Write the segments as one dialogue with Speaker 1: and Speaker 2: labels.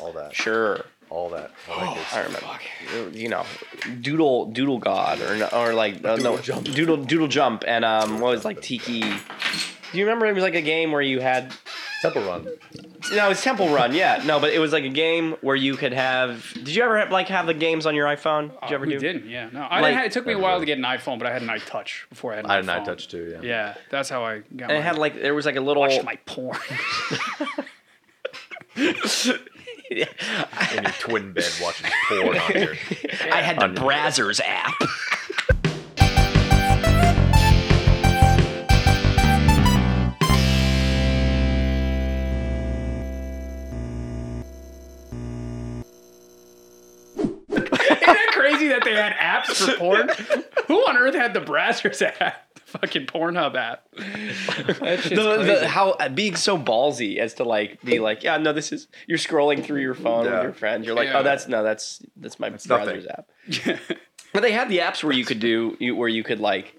Speaker 1: all that,
Speaker 2: Sure.
Speaker 1: all that. I like this.
Speaker 2: I remember. You know, Doodle Doodle God or or like uh, no
Speaker 1: Doodle Jump.
Speaker 2: Doodle Doodle Jump and um what was like Tiki. Do you remember it was like a game where you had
Speaker 1: Temple Run.
Speaker 2: no it was Temple Run yeah no but it was like a game where you could have did you ever have, like have the games on your iPhone did you ever
Speaker 3: we
Speaker 2: do
Speaker 3: Uh, didn't. Yeah. No. I
Speaker 2: Like-
Speaker 3: didn't have, it took me a while to get an iPhone, but I had an iTouch before I had an iPhone.
Speaker 1: I had an eye touch too. Yeah.
Speaker 3: Yeah, that's how I got.
Speaker 2: and
Speaker 3: mine.
Speaker 2: it had like there was like a little
Speaker 3: watched my porn.
Speaker 1: In your twin bed watching porn on here.
Speaker 2: I had the Brazzers app
Speaker 3: Isn't that crazy that they had apps for porn? Who on earth had the Brazzers app? The fucking Pornhub app. That shit's
Speaker 2: the,
Speaker 3: crazy.
Speaker 2: the, how uh, being so ballsy as to like be like yeah no this is you're scrolling through your phone
Speaker 1: Yeah.
Speaker 2: with your friends you're like
Speaker 3: Yeah.
Speaker 2: oh that's no that's that's my
Speaker 1: nothing.
Speaker 2: browser's app but they had the apps where you could do you, where you could like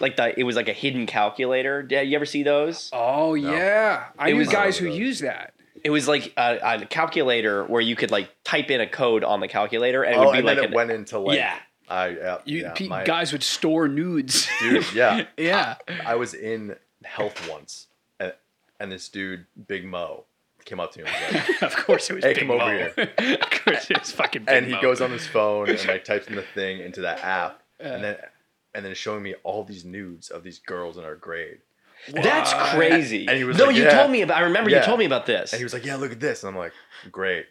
Speaker 2: like the it was like a hidden calculator yeah you ever see those
Speaker 3: oh yeah, I
Speaker 2: It
Speaker 3: knew
Speaker 2: was-
Speaker 3: guys who used that.
Speaker 2: it was like a, a calculator where you could like type in a code on the calculator and it
Speaker 1: Oh,
Speaker 2: would be
Speaker 1: and
Speaker 2: like
Speaker 1: then it
Speaker 2: an-
Speaker 1: went into like.
Speaker 2: Yeah.
Speaker 1: I yeah,
Speaker 3: You
Speaker 1: yeah,
Speaker 3: pe-
Speaker 1: my-
Speaker 3: guys would store nudes.
Speaker 1: dude, yeah.
Speaker 3: yeah.
Speaker 1: I was in health once, and, and this dude, Big Mo, came up to me and, was like,
Speaker 3: of course it was
Speaker 1: Hey,
Speaker 3: Big
Speaker 1: come over
Speaker 3: Mo.
Speaker 1: here.
Speaker 3: of course it was fucking Big
Speaker 1: and he
Speaker 3: Mo.
Speaker 1: goes on his phone and like types in the thing into that app, and then and then showing me all these nudes of these girls in our grade,
Speaker 2: that's
Speaker 3: What?
Speaker 2: crazy
Speaker 1: And he was
Speaker 2: no
Speaker 1: like,
Speaker 2: you
Speaker 1: yeah.
Speaker 2: told me about i remember
Speaker 1: Yeah.
Speaker 2: you told me about this
Speaker 1: and he was like, "Yeah, look at this," and I'm like, "Great."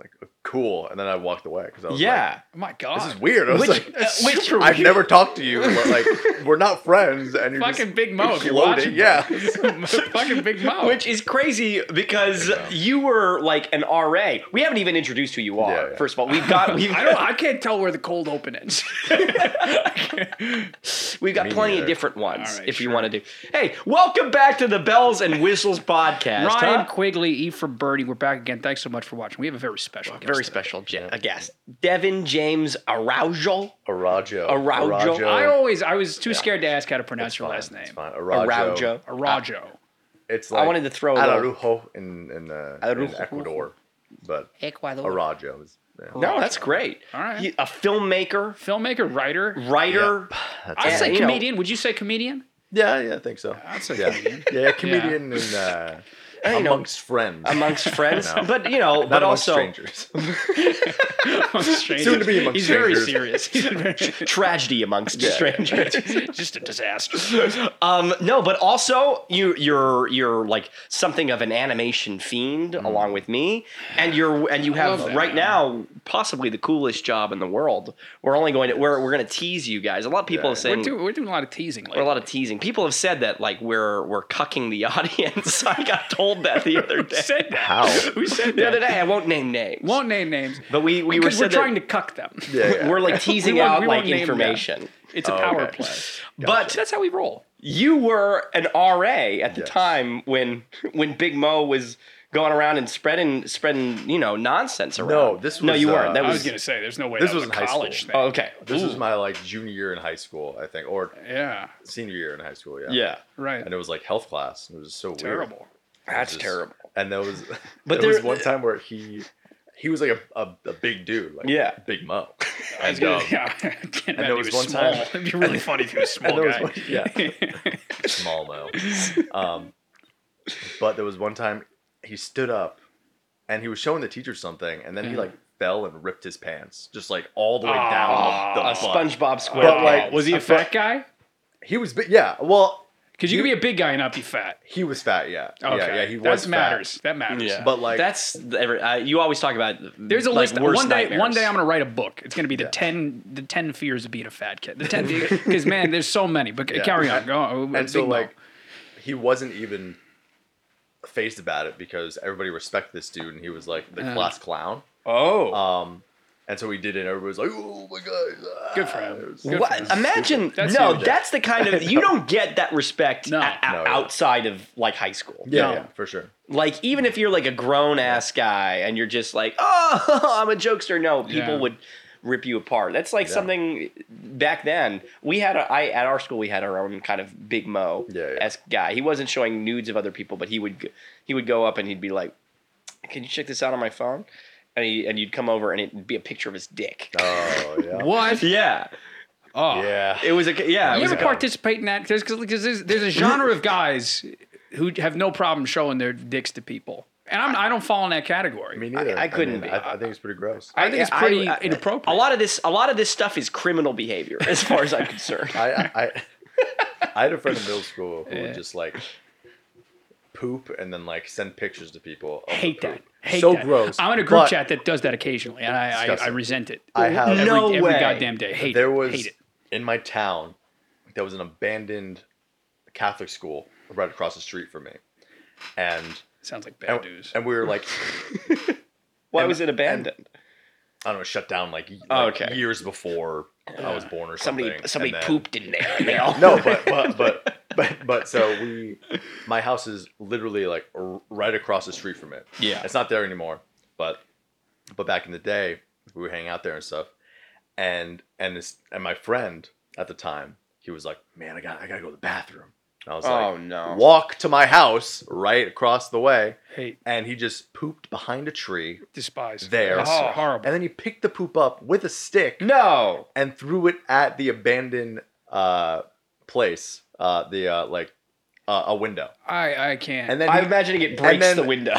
Speaker 1: Like cool, and then I walked away because I was
Speaker 2: yeah
Speaker 3: Oh my god.
Speaker 1: like, "This is weird." I was
Speaker 2: Which-
Speaker 1: like,
Speaker 2: uh, which-
Speaker 1: "Super "I've
Speaker 2: weird."
Speaker 1: never talked to you. but, Like, we're not friends." And you're
Speaker 3: Fucking
Speaker 1: just
Speaker 3: Big Mo. If you're watching,
Speaker 1: floating. Yeah,
Speaker 3: bro. fucking Big Mo.
Speaker 2: Which is crazy because you were like an RA. We haven't even introduced who you are.
Speaker 1: Yeah, yeah.
Speaker 2: First of all, we've got we've,
Speaker 3: I don't. I can't tell where the cold open is.
Speaker 2: we've got
Speaker 1: Me
Speaker 2: plenty
Speaker 1: neither.
Speaker 2: of different ones
Speaker 3: All right,
Speaker 2: if you
Speaker 3: sure.
Speaker 2: want to do. Hey, welcome back to the Bells and Whistles podcast.
Speaker 3: Ryan
Speaker 2: huh?
Speaker 3: Quigley, E for Birdie. We're back again. Thanks so much for watching. We have a very special, guest
Speaker 2: very
Speaker 3: today.
Speaker 2: special ge- a guest, Devin James Araujo.
Speaker 1: Arajo.
Speaker 2: Arajo.
Speaker 3: I always, I was too scared to ask how to pronounce
Speaker 1: It's
Speaker 3: your
Speaker 1: fine,
Speaker 3: last
Speaker 1: It's
Speaker 3: name. Uh,
Speaker 1: fine.
Speaker 2: Araujo.
Speaker 3: Arajo.
Speaker 1: It's like
Speaker 2: wanted to throw a little-
Speaker 1: Araujo in in, uh, in
Speaker 2: Araujo.
Speaker 1: Ecuador, but
Speaker 3: Ecuador.
Speaker 1: Araujo is yeah.
Speaker 2: No, that's great.
Speaker 3: All right.
Speaker 2: He- a filmmaker,
Speaker 3: Filmmaker, writer.
Speaker 2: writer.
Speaker 1: That's
Speaker 3: I
Speaker 1: it.
Speaker 3: say
Speaker 2: you know-
Speaker 3: comedian. Would you say comedian?
Speaker 1: yeah, yeah, I think so.
Speaker 3: I'd say
Speaker 1: yeah.
Speaker 3: comedian.
Speaker 1: yeah, comedian and uh,
Speaker 2: you know,
Speaker 1: amongst friends,
Speaker 2: Amongst friends,
Speaker 1: No.
Speaker 2: but you know,
Speaker 1: not
Speaker 2: but
Speaker 1: amongst
Speaker 2: also
Speaker 1: strangers.
Speaker 3: Soon
Speaker 1: Soon to be amongst
Speaker 3: He's
Speaker 1: strangers.
Speaker 3: very serious. He's very-
Speaker 2: tragedy amongst strangers.
Speaker 3: just a disaster.
Speaker 2: Um, no, but also you you're you're like something of an animation fiend along with me, and you're and you have
Speaker 3: Mm-hmm. love that.
Speaker 2: right now possibly the coolest job in the world. We're only going to we're we're going to tease you guys. A lot of people
Speaker 1: Yeah.
Speaker 2: have
Speaker 3: We're
Speaker 2: saying.
Speaker 3: doing, we're doing a lot of teasing.
Speaker 2: or
Speaker 3: Lately.
Speaker 2: a lot of teasing. People have said that like we're we're cucking the audience. I got told that the other day.
Speaker 3: said that.
Speaker 1: How?
Speaker 3: Who said
Speaker 2: The
Speaker 3: that?
Speaker 2: other day, I won't name names.
Speaker 3: Won't name names.
Speaker 2: but we we were
Speaker 3: Because we're
Speaker 2: said that
Speaker 3: trying to cuck them.
Speaker 1: yeah, yeah.
Speaker 2: we're like teasing
Speaker 3: won't-
Speaker 2: out
Speaker 3: we
Speaker 2: like
Speaker 3: won't name them.
Speaker 2: information.
Speaker 3: It's a
Speaker 1: Oh,
Speaker 3: power
Speaker 1: okay.
Speaker 3: play.
Speaker 2: But
Speaker 3: That's how we roll.
Speaker 2: you were an RA at the
Speaker 1: Yes.
Speaker 2: time when when Big Mo was going around and spreading spreading you know nonsense around.
Speaker 1: No, this
Speaker 2: no,
Speaker 1: was,
Speaker 2: you
Speaker 1: uh,
Speaker 2: weren't. That
Speaker 3: I
Speaker 2: was,
Speaker 3: was gonna say, there's no way
Speaker 1: This
Speaker 3: that
Speaker 1: was
Speaker 3: a
Speaker 1: in high
Speaker 3: college
Speaker 1: school.
Speaker 3: thing.
Speaker 2: oh, okay.
Speaker 1: this was
Speaker 2: Ooh.
Speaker 1: my like junior year in high school, I think, or
Speaker 3: Yeah,
Speaker 1: senior year in high school. Yeah,
Speaker 2: yeah.
Speaker 3: right.
Speaker 1: And it was like health class. It was so weird.
Speaker 3: Terrible.
Speaker 2: That's
Speaker 1: Just-
Speaker 2: terrible.
Speaker 1: And there was,
Speaker 2: But
Speaker 1: but there was
Speaker 2: there-
Speaker 1: one time where he, he was like a, a, a big dude, like
Speaker 2: Yeah.
Speaker 1: big mo.
Speaker 3: I was
Speaker 1: And,
Speaker 3: gonna,
Speaker 1: um,
Speaker 3: yeah, I can't imagine
Speaker 1: there
Speaker 3: he
Speaker 1: was
Speaker 3: was
Speaker 1: one
Speaker 3: small.
Speaker 1: time-
Speaker 3: It'd be really funny if he was a small
Speaker 1: and there was
Speaker 3: guy.
Speaker 1: one- yeah. small mo. Um, but there was one time he stood up, and he was showing the teacher something, and then he
Speaker 3: Yeah.
Speaker 1: like fell and ripped his pants, just like all the way
Speaker 3: Aw,
Speaker 1: down the
Speaker 2: Ah, A
Speaker 1: butt.
Speaker 2: SpongeBob
Speaker 1: But,
Speaker 2: SquarePants.
Speaker 1: like,
Speaker 3: was he a
Speaker 1: I felt-
Speaker 3: fat guy?
Speaker 1: He was, big, yeah. Well,
Speaker 3: Because you
Speaker 1: You-
Speaker 3: could be a big guy and not be fat.
Speaker 1: he was fat, yeah.
Speaker 3: Okay,
Speaker 1: Yeah, yeah. He was fat.
Speaker 3: that matters. That matters.
Speaker 2: yeah.
Speaker 1: But, like-
Speaker 2: that's the- every, uh, you always talk about.
Speaker 3: There's a
Speaker 2: like,
Speaker 3: list.
Speaker 2: worst
Speaker 3: One day, one
Speaker 2: nightmares.
Speaker 3: day, I'm gonna write a book. It's gonna be the ten, the ten fears of being a fat kid. The ten, because man, there's so many. But
Speaker 1: Yeah.
Speaker 3: carry on. Go. on.
Speaker 1: and so
Speaker 3: Big Mo.
Speaker 1: like he wasn't even phased about it because everybody respected this dude and he was like the class clown
Speaker 2: Oh.
Speaker 1: um and so he did it and everybody was like oh my god ah."
Speaker 3: good for him. Good
Speaker 2: What-
Speaker 3: for him.
Speaker 2: Imagine
Speaker 3: That's
Speaker 2: no,
Speaker 3: huge.
Speaker 2: that's the kind of you don't get that respect
Speaker 3: No.
Speaker 2: a- a-
Speaker 1: No, yeah.
Speaker 2: outside of like high school.
Speaker 1: yeah,
Speaker 3: No.
Speaker 1: yeah for sure
Speaker 2: Like even if you're like a grown ass guy and you're just like, oh, I'm a jokester. No, people
Speaker 3: Yeah.
Speaker 2: would rip you apart. That's like something back then. We had a, I at our school we had our own kind of big mo
Speaker 1: Yeah, yeah.
Speaker 2: esque guy. He wasn't showing nudes of other people, but he would g- he would go up and he'd be like, "Can you check this out on my phone?" and he, and you'd come over and it'd be a picture of his dick.
Speaker 1: Oh yeah.
Speaker 3: What?
Speaker 2: Yeah,
Speaker 3: Oh.
Speaker 1: Yeah.
Speaker 2: it was a yeah. It
Speaker 3: You
Speaker 2: was
Speaker 3: ever
Speaker 2: a,
Speaker 3: participate in that? Because there's, there's a genre of guys who have no problem showing their dicks to people, and I'm, I don't fall in that category.
Speaker 1: Me neither.
Speaker 2: I couldn't
Speaker 1: mean,
Speaker 2: be.
Speaker 1: I, I think it's pretty gross. I,
Speaker 3: I think it's
Speaker 2: I-
Speaker 3: pretty
Speaker 2: I-
Speaker 3: inappropriate.
Speaker 2: a lot of this, a lot of this stuff is criminal behavior, as far as I'm concerned.
Speaker 1: I, I, I had a friend in middle school who
Speaker 3: Yeah.
Speaker 1: would just like poop and then like send pictures to people. Of the
Speaker 3: hate that.
Speaker 1: poop.
Speaker 3: Hate
Speaker 1: so
Speaker 3: that.
Speaker 1: gross.
Speaker 3: I'm in a group
Speaker 1: but
Speaker 3: chat that does that occasionally, and I, I, I
Speaker 1: Disgusting.
Speaker 3: resent it.
Speaker 1: I have-
Speaker 3: every,
Speaker 2: No
Speaker 3: every
Speaker 2: way.
Speaker 3: goddamn day. Hate
Speaker 1: there
Speaker 3: it.
Speaker 1: was
Speaker 3: Hate it.
Speaker 1: in my town there was an abandoned Catholic school right across the street from me, and
Speaker 3: Sounds like bad
Speaker 1: and,
Speaker 3: news.
Speaker 1: and we were like
Speaker 2: Why
Speaker 1: and-
Speaker 2: was it abandoned?
Speaker 1: I don't know shut down like, y-
Speaker 2: Oh,
Speaker 1: like,
Speaker 2: okay.
Speaker 1: years before I was born or something.
Speaker 2: Somebody,
Speaker 1: and
Speaker 2: somebody
Speaker 1: then-
Speaker 2: pooped in there. and they all-
Speaker 1: No, but but but but but so we, my house is literally like r- right across the street from it.
Speaker 2: Yeah.
Speaker 1: it's not there anymore. But but back in the day, we were hanging out there and stuff, and and this and my friend at the time, he was like, "Man, I got I gotta go to the bathroom." And I was
Speaker 2: Oh
Speaker 1: like,
Speaker 2: no.
Speaker 1: "Walk to my house right across the way,"
Speaker 3: hate.
Speaker 1: and he just pooped behind a tree
Speaker 3: Despise.
Speaker 1: there.
Speaker 3: It's
Speaker 2: Oh.
Speaker 3: horrible.
Speaker 1: And then he picked the poop up with a stick
Speaker 2: No.
Speaker 1: and threw it at the abandoned uh, place, uh, the uh, like uh, a window.
Speaker 3: I, I can't.
Speaker 1: And then
Speaker 2: I'm
Speaker 1: he-
Speaker 2: imagining it breaks
Speaker 1: then-
Speaker 2: the window.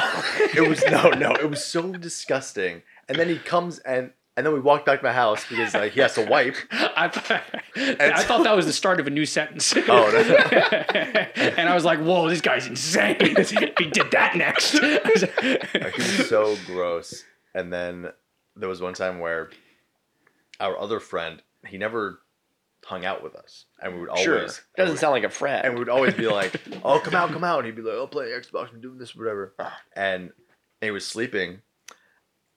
Speaker 1: it was no, no, it was so disgusting. And then he comes and and then we walked back to my house because like he has to wipe.
Speaker 3: I, th- I
Speaker 1: so-
Speaker 3: thought that was the start of a new sentence.
Speaker 1: Oh, no.
Speaker 3: and I was like, whoa, this guy's insane. he did that next.
Speaker 1: Like, he was so gross. And then there was one time where our other friend he never hung out with us, and we would always
Speaker 2: sure. Doesn't sound like a friend.
Speaker 1: and we would always be like, "Oh, come out, come out!" And he'd be like, "I'll play Xbox and doing this, whatever." And, and he was sleeping,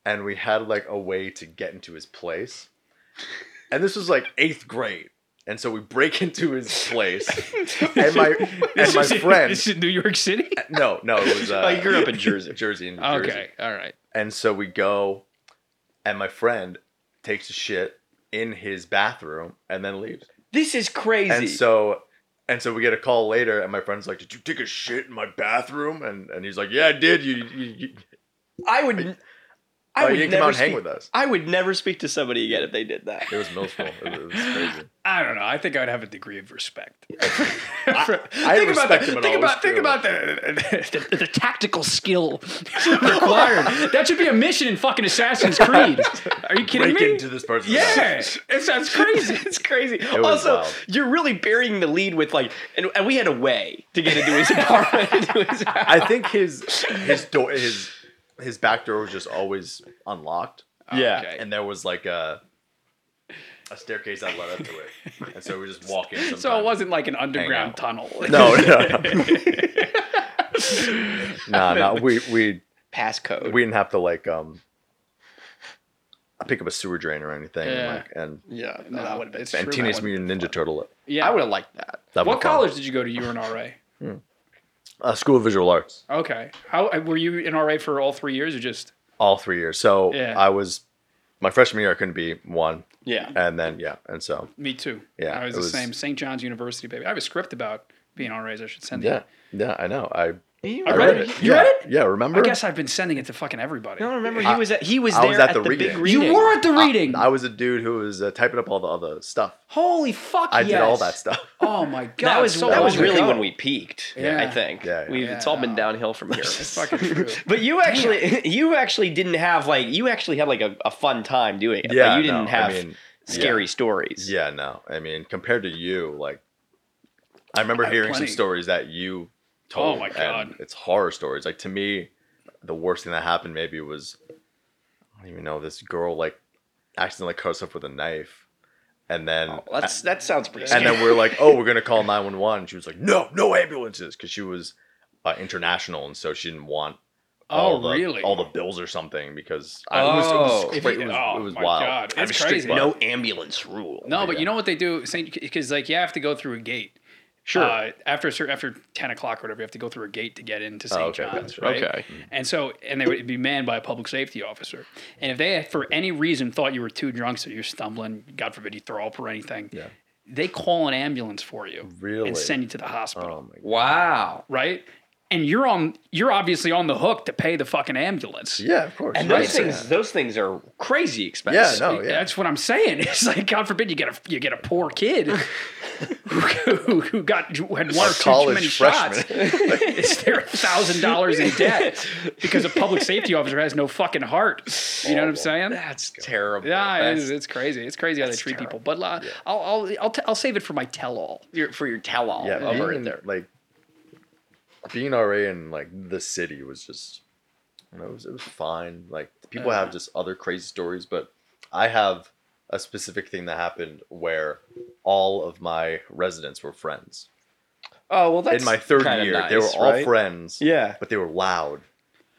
Speaker 1: and we had like a way to get into his place, and this was like eighth grade, and so we break into his place, and my and
Speaker 3: This
Speaker 1: my
Speaker 3: is in-
Speaker 1: friend,
Speaker 3: This is in New York City?
Speaker 1: no, no, it was uh,
Speaker 2: oh, you grew up in Jersey.
Speaker 1: Jersey, in New Jersey,
Speaker 3: Okay, all right.
Speaker 1: and so we go, and my friend takes a shit in his bathroom and then leaves.
Speaker 2: This is crazy.
Speaker 1: And so and so we get a call later, and my friend's like, "Did you take a shit in my bathroom?" And and he's like, "Yeah, I did. You, you, you
Speaker 2: I would. I
Speaker 1: oh,
Speaker 2: would
Speaker 1: you didn't
Speaker 2: never
Speaker 1: come out and
Speaker 2: speak,
Speaker 1: hang with us."
Speaker 2: I would never speak to somebody again if they did that.
Speaker 1: It was middle school. It was, it was crazy.
Speaker 3: I don't know. I think I'd have a degree of respect.
Speaker 1: I
Speaker 3: think about
Speaker 1: respect
Speaker 3: the,
Speaker 1: him at all. It
Speaker 3: think
Speaker 1: was
Speaker 3: about think
Speaker 1: cool.
Speaker 3: about the, the, the tactical skill required. that should be a mission in fucking Assassin's Creed. Are you kidding
Speaker 1: Break
Speaker 3: me?
Speaker 1: into this person's house.
Speaker 3: yeah, it sounds crazy.
Speaker 2: it's crazy.
Speaker 1: was
Speaker 2: also,
Speaker 1: wild.
Speaker 2: you're really burying the lead with like, and, and we had a way to get into his apartment. into his house.
Speaker 1: I think his his door his his back door was just always unlocked,
Speaker 2: yeah.
Speaker 3: Okay.
Speaker 1: and there was like a a staircase that led up to it, and so we just walk in. Sometimes.
Speaker 3: So it wasn't like an underground
Speaker 1: out.
Speaker 3: tunnel.
Speaker 1: No, no, no. nah, nah. We we
Speaker 2: Passcode.
Speaker 1: we didn't have to like um pick up a sewer drain or anything
Speaker 3: Yeah.
Speaker 1: and, like, and
Speaker 2: yeah. No,
Speaker 3: No,
Speaker 2: that would have been.
Speaker 3: it's
Speaker 1: and
Speaker 3: true.
Speaker 1: teenage
Speaker 3: That
Speaker 1: mutant ninja turtle it
Speaker 3: Yeah,
Speaker 2: I would have liked that.
Speaker 1: That
Speaker 3: What
Speaker 1: would've been fun.
Speaker 3: college did you go to? You were an RA.
Speaker 1: uh, school of visual arts
Speaker 3: Okay. How were you an RA for all three years or just?
Speaker 1: all three years so
Speaker 3: Yeah.
Speaker 1: i was my freshman year i couldn't be one
Speaker 2: Yeah.
Speaker 1: and then yeah and so
Speaker 3: Me too.
Speaker 1: Yeah,
Speaker 3: I was
Speaker 1: it
Speaker 3: the
Speaker 1: was-
Speaker 3: same. St. John's University, baby. I have a script about being RAs. I should send
Speaker 1: yeah
Speaker 3: it.
Speaker 1: yeah i know i
Speaker 2: You
Speaker 1: I
Speaker 3: read
Speaker 1: read
Speaker 3: it.
Speaker 1: it.
Speaker 3: You
Speaker 1: yeah.
Speaker 3: read it?
Speaker 1: Yeah, remember?
Speaker 3: I guess I've been sending it to fucking everybody.
Speaker 2: No, remember he
Speaker 1: I-
Speaker 2: was at he was
Speaker 1: I
Speaker 2: there
Speaker 1: was at
Speaker 2: at the,
Speaker 1: the
Speaker 2: big
Speaker 1: reading. Uh,
Speaker 2: reading.
Speaker 3: You were at the reading.
Speaker 1: I was a dude who was uh, typing up all the other stuff.
Speaker 3: Holy fuck!
Speaker 1: I did all
Speaker 3: yes.
Speaker 1: that stuff.
Speaker 3: Oh my god!
Speaker 2: that was
Speaker 3: so
Speaker 2: that was
Speaker 1: long
Speaker 2: really
Speaker 1: ago.
Speaker 2: when we peaked.
Speaker 3: Yeah.
Speaker 2: I think.
Speaker 1: Yeah, yeah.
Speaker 2: We've, It's all been downhill from here.
Speaker 3: It's fucking true.
Speaker 2: But you actually, you actually didn't have like you actually had like a, a fun time doing it.
Speaker 1: Yeah,
Speaker 2: like, you didn't
Speaker 1: no, I
Speaker 2: have
Speaker 1: mean,
Speaker 2: scary stories.
Speaker 1: Yeah, no. I mean, compared to you, like, I remember
Speaker 3: have
Speaker 1: hearing some
Speaker 3: plenty.
Speaker 1: stories that you told.
Speaker 3: Oh my
Speaker 1: and
Speaker 3: God.
Speaker 1: it's horror stories. Like to me, the worst thing that happened maybe was I don't even know this girl like accidentally cut herself with a knife, and then
Speaker 2: Oh, that's that sounds pretty.
Speaker 1: and
Speaker 2: scary.
Speaker 1: then we're like, oh, we're gonna call nine one one. She was like, no, no ambulances, because she was uh, international, and so she didn't want. all
Speaker 3: Oh
Speaker 1: the,
Speaker 3: really?
Speaker 1: All the bills or something because I, it was, it was
Speaker 2: Oh.
Speaker 1: cra-
Speaker 3: If you-
Speaker 1: it was,
Speaker 3: oh
Speaker 1: it was
Speaker 3: my
Speaker 1: wild.
Speaker 3: God,
Speaker 1: I
Speaker 3: it's
Speaker 1: was strict
Speaker 3: crazy.
Speaker 1: by it.
Speaker 2: no ambulance rule.
Speaker 3: no, but
Speaker 1: yeah.
Speaker 3: you know what they do? Because like you have to go through a gate.
Speaker 2: sure.
Speaker 3: Uh, after a cer- after ten o'clock or whatever, you have to go through a gate to get into St.
Speaker 1: Oh, okay,
Speaker 3: John's,
Speaker 1: gotcha.
Speaker 3: right?
Speaker 2: Okay.
Speaker 3: And so, and they would be manned by a public safety officer. And if they, for any reason, thought you were too drunk, so you're stumbling, God forbid, you throw up or anything,
Speaker 1: Yeah.
Speaker 3: they call an ambulance for you
Speaker 1: Really?
Speaker 3: and send you to the hospital,
Speaker 1: Oh my
Speaker 2: wow.
Speaker 3: right? and you're on you're obviously on the hook to pay the fucking ambulance.
Speaker 1: Yeah, of course.
Speaker 2: And
Speaker 1: right.
Speaker 2: those things, those things are crazy
Speaker 1: Yeah,
Speaker 2: expensive.
Speaker 1: no, Oh, yeah.
Speaker 3: That's what I'm saying. It's like God forbid you get a you get a poor kid who, who, who got who had one or two too
Speaker 1: college
Speaker 3: many
Speaker 1: freshman.
Speaker 3: shots. Is there a thousand dollars in debt because a public safety officer has no fucking heart? You
Speaker 1: Oh,
Speaker 3: know what I'm saying?
Speaker 2: That's terrible.
Speaker 3: Yeah,
Speaker 2: That's-
Speaker 3: it's, it's crazy. It's crazy how they treat people. But uh, I'll I'll I'll, t- I'll save it for my tell-all.
Speaker 2: your, for your tell-all
Speaker 1: yeah,
Speaker 2: over
Speaker 1: being
Speaker 2: it
Speaker 1: in-
Speaker 2: there.
Speaker 1: Like being RA in like the city was just, you know, it was, it was fine. Like people
Speaker 3: Uh.
Speaker 1: have just other crazy stories, but I have a specific thing that happened where all of my residents were friends.
Speaker 2: Oh well, that's
Speaker 1: in my third
Speaker 2: kinda
Speaker 1: year,
Speaker 2: nice,
Speaker 1: they were all
Speaker 2: right?
Speaker 1: friends.
Speaker 2: Yeah.
Speaker 1: but they were loud,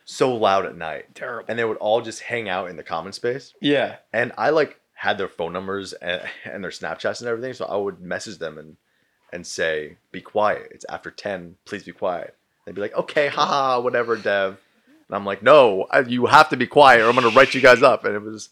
Speaker 1: so loud at night,
Speaker 3: Terrible.
Speaker 1: and they would all just hang out in the common space.
Speaker 2: Yeah,
Speaker 1: and I like had their phone numbers and, and their Snapchats and everything. So I would message them and and say, "Be quiet. It's after ten. Please be quiet." They'd be like, "Okay, haha, whatever, Dev." And I'm like, "No, I, you have to be quiet, or I'm gonna write you guys up." And it was,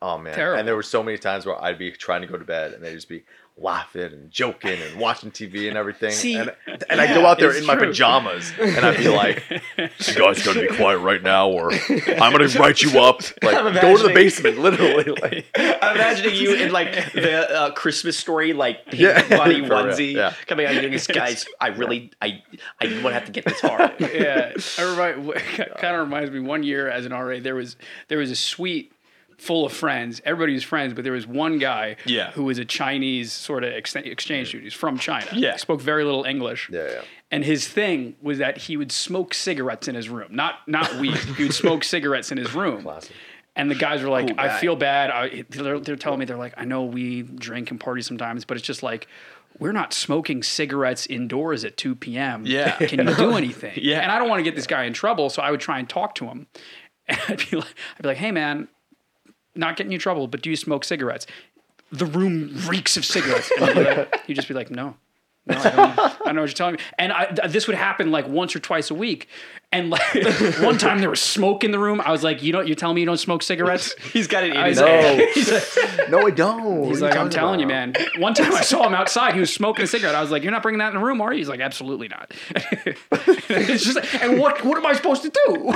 Speaker 1: oh man.
Speaker 3: Terrible.
Speaker 1: And there were so many times where I'd be trying to go to bed, and they'd just be laughing and joking and watching TV and everything.
Speaker 2: See,
Speaker 1: and and I go out there
Speaker 3: it's
Speaker 1: in my
Speaker 3: true.
Speaker 1: pajamas, and I'd be like, "You guys gotta be quiet right now, or I'm gonna write you up.
Speaker 2: I'm
Speaker 1: Like, go to the
Speaker 2: imagining-
Speaker 1: basement, literally." Like,
Speaker 2: I'm imagining you in like the uh, Christmas story, like pink
Speaker 1: Yeah,
Speaker 2: bunny
Speaker 1: for real,
Speaker 2: onesie,
Speaker 1: yeah.
Speaker 2: coming out. You're this guy's. I really, I, I would have to get this hard.
Speaker 3: yeah, I remind, kind of reminds me. One year as an RA, there was there was a suite full of friends. Everybody was friends, but there was one guy
Speaker 2: Yeah.
Speaker 3: who was a Chinese sort of ex- exchange student. He's from China.
Speaker 2: Yeah.
Speaker 3: spoke very little English.
Speaker 1: Yeah, yeah.
Speaker 3: And his thing was that he would smoke cigarettes in his room, not not weed. he would smoke cigarettes in his room. And the guys were like,
Speaker 2: Cool
Speaker 3: I
Speaker 2: guy.
Speaker 3: feel bad. I, they're, they're telling me, they're like, I know we drink and party sometimes, but it's just like, we're not smoking cigarettes indoors at 2 p.m.
Speaker 2: Yeah.
Speaker 3: Can you do anything?
Speaker 2: Yeah.
Speaker 3: And I don't want to get this guy in trouble, so I would try and talk to him. And I'd be like, I'd be like hey, man, not getting you in trouble, but do you smoke cigarettes? The room reeks of cigarettes. And he'd, be like, he'd just be like, no. No, I don't, I don't know what you're telling me. And I, th- this would happen like once or twice a week. And like one time there was smoke in the room. I was like, you don't, you're telling me you don't smoke cigarettes?
Speaker 2: He's got it in
Speaker 3: I
Speaker 2: his
Speaker 3: was like-
Speaker 2: head.
Speaker 3: he's like,
Speaker 1: No, I don't.
Speaker 3: he's like, I'm telling you, man. One time I saw him outside. He was smoking a cigarette. I was like, you're not bringing that in the room, are you? He's like, absolutely not. it's just like, and what, what am I supposed to do?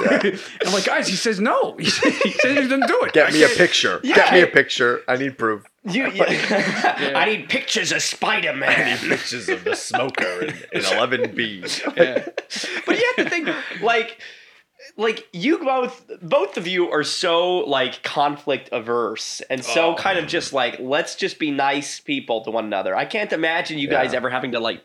Speaker 3: I'm like, guys, he says no. He says he doesn't do it.
Speaker 1: Get me a picture. Get me a picture. I need proof.
Speaker 2: You, I need pictures of Spider Man.
Speaker 1: Pictures of the smoker in, in 11B.
Speaker 2: but you have to think like like you both both of you are so like conflict averse and so kind of just like let's just be nice people to one another i can't imagine you guys
Speaker 1: Yeah.
Speaker 2: ever having to like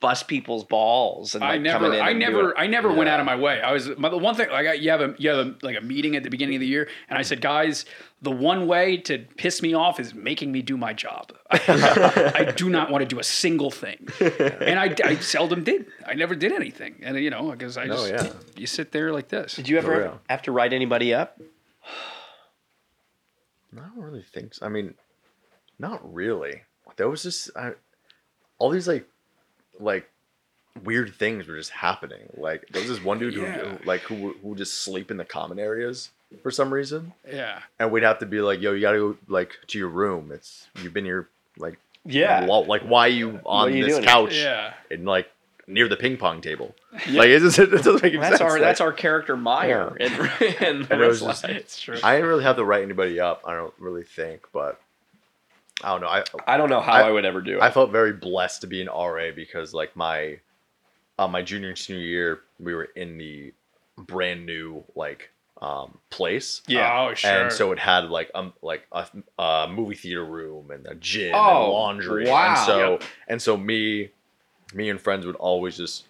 Speaker 2: bust people's balls and like
Speaker 3: I
Speaker 2: coming
Speaker 3: never,
Speaker 2: in
Speaker 3: I
Speaker 2: and
Speaker 3: never,
Speaker 2: doing-
Speaker 3: I never went
Speaker 1: Yeah.
Speaker 3: out of my way. I was my, the one thing like I, you have a you have a, like a meeting at the beginning of the year, and I said, guys, the one way to piss me off is making me do my job. I do not want to do a single thing, and I, I seldom did. I never did anything, and you know, because I just
Speaker 1: yeah.
Speaker 3: you sit there like this.
Speaker 2: did you
Speaker 1: For
Speaker 2: ever
Speaker 1: real.
Speaker 2: have to write anybody up
Speaker 1: I don't really think so. I mean, not really. There was just I, all these like, like weird things were just happening. Like there was this one dude
Speaker 3: Yeah.
Speaker 1: who like who would- who would just sleep in the common areas for some reason,
Speaker 3: Yeah,
Speaker 1: and we'd have to be like, "Yo, you gotta go like to your room. It's you've been here like
Speaker 2: yeah
Speaker 1: lo- like why are you on
Speaker 2: are you
Speaker 1: this
Speaker 2: doing?
Speaker 1: couch?"
Speaker 3: yeah.
Speaker 1: and like near the ping pong table. Like it, just, it doesn't make any
Speaker 2: that's
Speaker 1: sense.
Speaker 2: our
Speaker 1: like,
Speaker 2: that's our character Meyer in, in the
Speaker 1: And it was
Speaker 2: Wrestling.
Speaker 1: just-
Speaker 3: It's true.
Speaker 1: I didn't really have to write anybody up. I don't really think, but I don't know. I
Speaker 2: I don't know how I,
Speaker 1: I-
Speaker 2: would ever do it.
Speaker 1: I felt very blessed to be an RA because like my uh, my junior and senior year we were in the brand new like um place.
Speaker 2: yeah.
Speaker 3: Oh, sure.
Speaker 1: And so it had like um like a, a movie theater room and a gym
Speaker 2: Oh,
Speaker 1: and laundry.
Speaker 2: wow.
Speaker 1: And so and so me me and friends would always just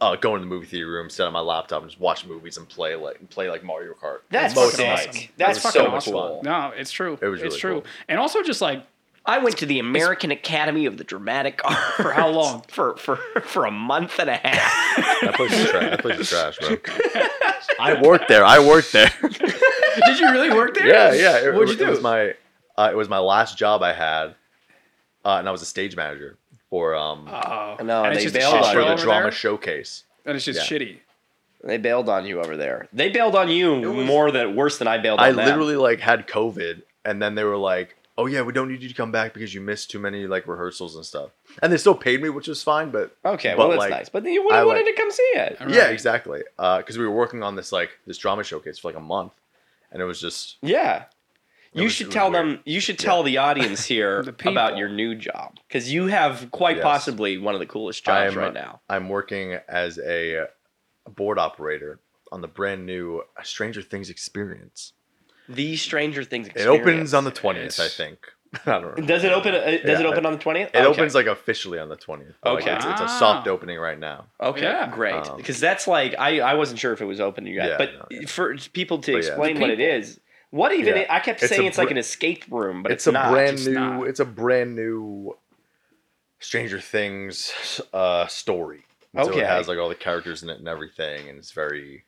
Speaker 1: uh, go into the movie theater room, sit on my laptop, and just watch movies and play like and play like Mario Kart.
Speaker 2: That's
Speaker 1: Most
Speaker 2: fucking
Speaker 1: nights.
Speaker 2: awesome.
Speaker 1: It
Speaker 2: That's
Speaker 1: was
Speaker 2: fucking
Speaker 1: so much
Speaker 2: awesome.
Speaker 1: fun.
Speaker 3: no, it's true.
Speaker 1: It was
Speaker 3: it's
Speaker 1: really
Speaker 3: true.
Speaker 1: cool.
Speaker 3: And also just like
Speaker 2: I went to the American Academy of the Dramatic Arts for
Speaker 3: how long?
Speaker 2: For for for a month and a half.
Speaker 1: That place is trash. That place is trash, bro. I worked there. I worked there.
Speaker 3: Did you really work there?
Speaker 1: yeah, yeah. It,
Speaker 3: What'd you
Speaker 1: it was
Speaker 3: do?
Speaker 1: my uh, it was my last job I had, uh, and I was a stage manager for um
Speaker 3: Oh,
Speaker 2: No,
Speaker 3: and
Speaker 2: they
Speaker 3: it's just a
Speaker 2: bailed
Speaker 3: shit
Speaker 1: uh,
Speaker 2: on
Speaker 3: show
Speaker 1: for the
Speaker 3: over
Speaker 1: drama
Speaker 3: there,
Speaker 1: showcase.
Speaker 3: and it's just
Speaker 1: Yeah.
Speaker 3: shitty.
Speaker 2: They bailed on you over there. They bailed on you more than worse than I bailed on
Speaker 1: I
Speaker 2: them.
Speaker 1: literally like had COVID, and then they were like, "Oh yeah, we don't need you to come back because you missed too many like rehearsals and stuff." And they still paid me, which was fine, but
Speaker 2: Okay,
Speaker 1: But,
Speaker 2: well that's
Speaker 1: like,
Speaker 2: nice. But then you would
Speaker 1: I,
Speaker 2: have wanted
Speaker 1: like-
Speaker 2: to come see it.
Speaker 3: All
Speaker 1: yeah,
Speaker 3: right.
Speaker 1: exactly. Because we were working on this like this drama showcase for like a month, and it was just
Speaker 2: Yeah.
Speaker 1: It
Speaker 2: You
Speaker 1: was- it
Speaker 2: should
Speaker 1: was
Speaker 2: tell
Speaker 1: weird.
Speaker 2: them. You should tell the audience here
Speaker 3: The people.
Speaker 2: about your new job because you have quite
Speaker 1: Yes.
Speaker 2: possibly one of the coolest jobs
Speaker 1: I'm- uh,
Speaker 2: right now.
Speaker 1: I'm working as a board operator on the brand new uh, Stranger Things experience.
Speaker 2: The Stranger Things.
Speaker 1: It
Speaker 2: Experience.
Speaker 1: opens on the twentieth, I
Speaker 3: It's-
Speaker 1: think. I don't know.
Speaker 2: Does it open? Uh, does it
Speaker 1: Yeah,
Speaker 2: open on the twentieth?
Speaker 1: It opens like officially on the twentieth.
Speaker 2: Okay.
Speaker 1: it's, it's a
Speaker 3: Ah.
Speaker 1: soft opening right now.
Speaker 2: Okay,
Speaker 3: Yeah.
Speaker 2: great.
Speaker 1: Um,
Speaker 2: Because that's like I, I wasn't sure if it was open to you guys,
Speaker 1: Yeah,
Speaker 2: but
Speaker 1: no, yeah.
Speaker 2: for people to
Speaker 1: But yeah.
Speaker 2: explain
Speaker 3: The
Speaker 2: what it is, what even
Speaker 1: Yeah.
Speaker 2: I kept
Speaker 1: It's
Speaker 2: saying
Speaker 1: a
Speaker 2: it's like
Speaker 1: br-
Speaker 2: an escape room, but
Speaker 1: it's,
Speaker 2: it's,
Speaker 1: a
Speaker 2: not.
Speaker 1: brand
Speaker 3: it's
Speaker 1: new.
Speaker 3: not.
Speaker 1: It's a brand new Stranger Things uh, story. And So
Speaker 2: Okay.
Speaker 1: it has like all the characters in it and everything, and it's very.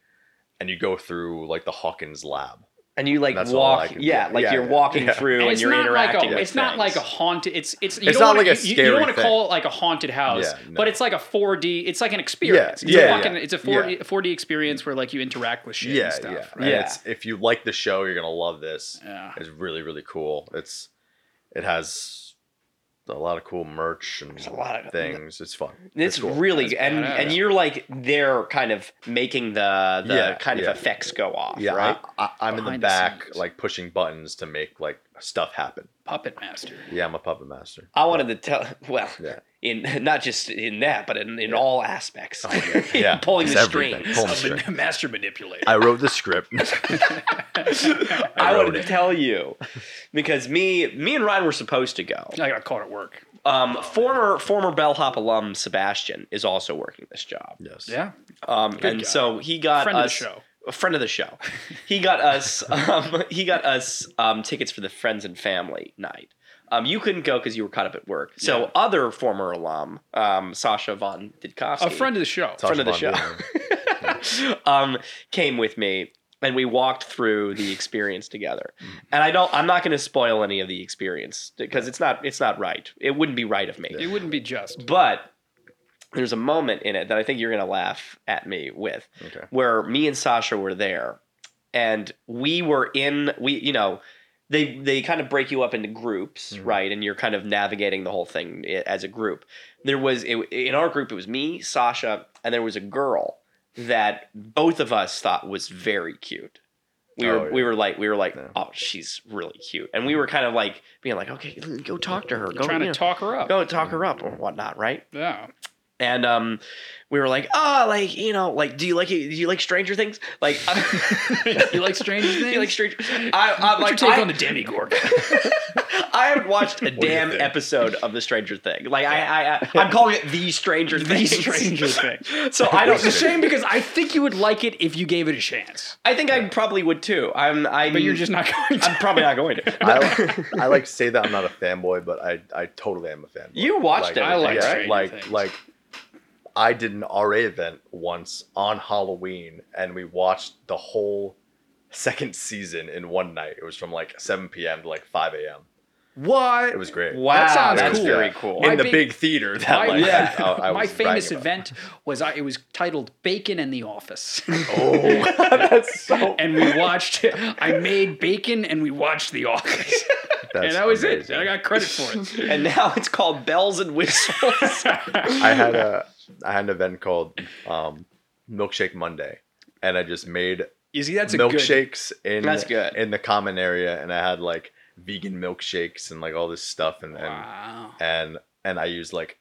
Speaker 1: And you go through like the Hawkins lab.
Speaker 2: and you like
Speaker 1: That's all I
Speaker 2: walk,
Speaker 1: can do.
Speaker 2: yeah, like
Speaker 1: Yeah,
Speaker 2: you're
Speaker 1: yeah,
Speaker 2: walking
Speaker 1: yeah.
Speaker 2: through
Speaker 3: And
Speaker 2: and,
Speaker 3: it's
Speaker 2: you're
Speaker 3: not like
Speaker 2: interacting.
Speaker 3: a.
Speaker 2: with
Speaker 3: It's not like a
Speaker 2: things.
Speaker 3: haunted. It's it's. You
Speaker 1: It's
Speaker 3: don't
Speaker 1: not
Speaker 3: wanna,
Speaker 1: like a
Speaker 3: you, you don't
Speaker 1: scary
Speaker 3: want to
Speaker 1: thing.
Speaker 3: call it like a haunted house,
Speaker 1: Yeah, no.
Speaker 3: but it's like a 4D. It's like an experience. it's
Speaker 1: yeah,
Speaker 3: a
Speaker 1: yeah.
Speaker 3: fucking. It's a 4D, 4D experience where like you interact with shit
Speaker 1: yeah,
Speaker 3: and stuff.
Speaker 1: yeah.
Speaker 3: right?
Speaker 1: And
Speaker 2: Yeah.
Speaker 1: it's if you like the show, you're gonna love this.
Speaker 3: Yeah.
Speaker 1: It's really really cool. It's it has a lot of cool merch and
Speaker 2: There's a lot of-
Speaker 1: things. It's fun.
Speaker 2: It's
Speaker 1: cool.
Speaker 2: really
Speaker 3: That's
Speaker 2: and
Speaker 3: badass.
Speaker 2: and you're like there, kind of making the the
Speaker 1: Yeah,
Speaker 2: kind
Speaker 1: yeah.
Speaker 2: of effects go off,
Speaker 1: yeah.
Speaker 2: right?
Speaker 1: I, I, I'm in the
Speaker 3: Behind the
Speaker 1: back,
Speaker 3: scenes.
Speaker 1: like pushing buttons to make like stuff happen.
Speaker 3: Puppet master.
Speaker 1: Yeah, I'm a puppet master.
Speaker 2: I wanted to tell. Well,
Speaker 1: Yeah.
Speaker 2: in not just in that, but in, in
Speaker 1: Yeah. Oh,
Speaker 2: all aspects,
Speaker 1: yeah. Yeah.
Speaker 2: pulling
Speaker 1: It's
Speaker 2: the
Speaker 1: everything.
Speaker 2: strings.
Speaker 1: Pull- Oh,
Speaker 3: A
Speaker 1: sure.
Speaker 3: man- master manipulator.
Speaker 1: I wrote the script.
Speaker 2: I,
Speaker 1: I
Speaker 2: wanted
Speaker 1: wrote
Speaker 2: to
Speaker 1: it.
Speaker 2: tell you because me, me and Ryan were supposed to go.
Speaker 3: I got caught at work.
Speaker 2: Um, former former bellhop alum Sebastian is also working this job.
Speaker 1: yes.
Speaker 3: Yeah.
Speaker 2: Um, and
Speaker 3: guy.
Speaker 2: so he got
Speaker 3: Friend of the
Speaker 2: us
Speaker 3: show.
Speaker 2: a friend of the show. He got us um, he got us um, tickets for the friends and family night. Um, you couldn't go because you were caught up at work. So
Speaker 3: Yeah.
Speaker 2: other former alum, um, Sasha von Didkovsky,
Speaker 3: A friend of the show.
Speaker 1: Talk
Speaker 2: friend of the
Speaker 1: about
Speaker 2: show.
Speaker 1: doing it.
Speaker 2: um, came with me and we walked through the experience together.
Speaker 3: Mm.
Speaker 2: And I don't I'm not going to spoil any of the experience because it's not it's not right. It wouldn't be right of me.
Speaker 3: It wouldn't be just.
Speaker 2: But there's a moment in it that I think you're going to laugh at me with
Speaker 1: Okay.
Speaker 2: where me and Sasha were there and we were in we you know they they kind of break you up into groups,
Speaker 1: Mhm.
Speaker 2: right? And you're kind of navigating the whole thing i- as a group. There was it, in our group it was me, Sasha, and there was a girl that both of us thought was very cute. We
Speaker 1: Oh,
Speaker 2: were
Speaker 1: yeah.
Speaker 2: we were like we were like
Speaker 1: Yeah.
Speaker 2: oh she's really cute and we were kind of like being like okay go talk to her go
Speaker 3: trying
Speaker 2: you know,
Speaker 3: to talk her up.
Speaker 2: go talk
Speaker 1: Mm-hmm.
Speaker 2: her up or whatnot right
Speaker 3: Yeah.
Speaker 2: and um, we were like, oh, like you know, like do you like do you like Stranger Things? Like,
Speaker 3: You like Stranger
Speaker 2: do
Speaker 3: Things?
Speaker 2: you like Stranger? I, I'm like,
Speaker 3: What's your take
Speaker 2: I,
Speaker 3: on the Demigorgon?
Speaker 2: I haven't watched a
Speaker 1: What do you
Speaker 2: damn
Speaker 1: think?
Speaker 2: episode of the Stranger Thing. Like, I, I, I I'm calling it the Stranger
Speaker 3: the
Speaker 2: Things.
Speaker 3: Stranger Thing.
Speaker 2: So I
Speaker 3: It's a
Speaker 2: don't.
Speaker 3: shame because I think you would like it if you gave it a chance,
Speaker 2: I think I probably would too. I'm. I.
Speaker 3: but
Speaker 1: Mm.
Speaker 3: you're just not going to.
Speaker 2: I'm probably not going to.
Speaker 1: I, I like to say that I'm not a fanboy, but I, I totally am a fanboy.
Speaker 2: You
Speaker 1: like,
Speaker 2: watched it.
Speaker 3: I like
Speaker 1: yeah,
Speaker 3: Stranger
Speaker 1: like
Speaker 3: Things.
Speaker 1: like I did an RA event once on Halloween, and we watched the whole second season in one night. It was from like 7 p.m. to like 5 a.m.
Speaker 3: What?
Speaker 1: It was great.
Speaker 2: Wow,
Speaker 3: That sounds
Speaker 2: that's
Speaker 3: cool.
Speaker 2: very
Speaker 1: Yeah.
Speaker 2: cool.
Speaker 3: My
Speaker 1: in the
Speaker 3: big-
Speaker 1: big, theater that
Speaker 3: my,
Speaker 1: like
Speaker 2: yeah.
Speaker 1: I, I
Speaker 3: my
Speaker 1: was
Speaker 3: famous
Speaker 1: bragging
Speaker 3: event was I, it was titled Bacon and the Office,
Speaker 1: about. Oh, that's so.
Speaker 3: and we watched. I made bacon and we watched The Office, and that was
Speaker 1: amazing.
Speaker 3: it. I got credit for it.
Speaker 2: and now it's called Bells and Whistles.
Speaker 1: I had a I had an event called um, Milkshake Monday, and I just made
Speaker 3: You see, that's a good-
Speaker 1: milkshakes in
Speaker 2: That's good.
Speaker 1: in the common area, and I had like vegan milkshakes and like all this stuff, and
Speaker 3: Wow.
Speaker 1: and and and I used like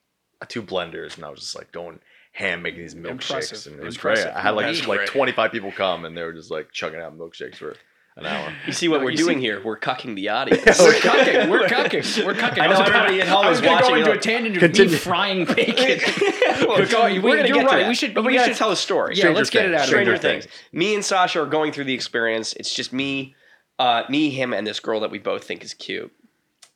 Speaker 1: two blenders, and I was just like going ham making these milkshakes,
Speaker 3: Impressive.
Speaker 1: and it was
Speaker 3: Impressive.
Speaker 1: great. I had like
Speaker 3: That's
Speaker 1: just, like
Speaker 3: great.
Speaker 1: twenty five people come, and they were just like chugging out milkshakes for an hour.
Speaker 2: You see what
Speaker 3: No,
Speaker 2: we're
Speaker 3: you
Speaker 2: doing
Speaker 3: see-
Speaker 2: here? We're cucking the audience.
Speaker 3: We're cucking. We're cucking. We're cucking.
Speaker 2: Oh, I know
Speaker 3: was about-
Speaker 2: everybody at home
Speaker 3: I was
Speaker 2: is
Speaker 3: gonna
Speaker 2: watching, uh,
Speaker 3: Go into
Speaker 2: like,
Speaker 3: a tangent of me
Speaker 1: Continue.
Speaker 3: frying bacon.
Speaker 2: We're
Speaker 3: going- we-
Speaker 2: gonna
Speaker 3: you're
Speaker 2: get to
Speaker 3: right.
Speaker 2: that.
Speaker 3: We should-
Speaker 2: But we,
Speaker 3: we
Speaker 2: gotta
Speaker 3: should-
Speaker 2: tell a story.
Speaker 3: Yeah, let's get it out of
Speaker 2: Stranger
Speaker 3: there.
Speaker 2: Things. Me and Sasha are going through the experience. It's just me, uh, me, him, and this girl that we both think is cute.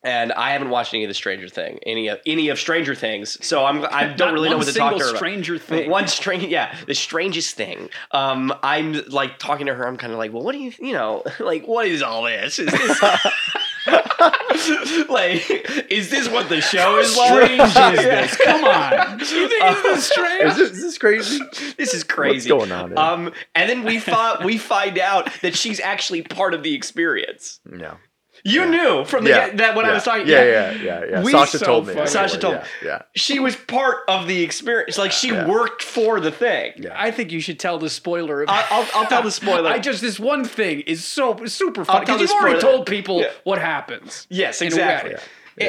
Speaker 2: And I haven't watched any of the Stranger Thing, any of any of Stranger Things. So I'm I
Speaker 3: Not
Speaker 2: don't really know
Speaker 3: one
Speaker 2: what to talk to
Speaker 3: single
Speaker 2: her about.
Speaker 3: Stranger thing.
Speaker 2: One strange, yeah, the strangest thing. Um, I'm like talking to her. I'm kind of like, well, what do you, you know, like, what is all this? Is this like, is this what the show is
Speaker 3: How
Speaker 2: like?
Speaker 3: strange is this? Come
Speaker 2: Uh,
Speaker 3: on. You think it's this strange?
Speaker 1: Is this, is this crazy?
Speaker 2: This is crazy.
Speaker 1: Uh, What's going on? Here?
Speaker 2: Um, and then we thought we find out that she's actually part of the experience.
Speaker 1: no,
Speaker 2: You knew from the
Speaker 1: Yeah.
Speaker 2: get that when I was talking.
Speaker 1: Yeah, yeah, yeah, yeah.
Speaker 2: We-
Speaker 1: Sasha
Speaker 3: so
Speaker 1: told me.
Speaker 3: funny.
Speaker 2: Sasha told me.
Speaker 1: yeah, Yeah,
Speaker 2: She was part of the experience. Like she
Speaker 1: Yeah.
Speaker 2: worked for the thing.
Speaker 1: yeah.
Speaker 3: I think you should tell the spoiler. of-
Speaker 2: I, I'll, I'll tell the spoiler.
Speaker 3: I just this one thing is so super fun
Speaker 2: tell
Speaker 3: because
Speaker 2: the
Speaker 3: you've already
Speaker 2: spoiler.
Speaker 3: told people
Speaker 2: Yeah.
Speaker 3: what happens.
Speaker 2: yes,
Speaker 3: in a
Speaker 2: exactly.
Speaker 3: way.
Speaker 1: Yeah,
Speaker 2: I-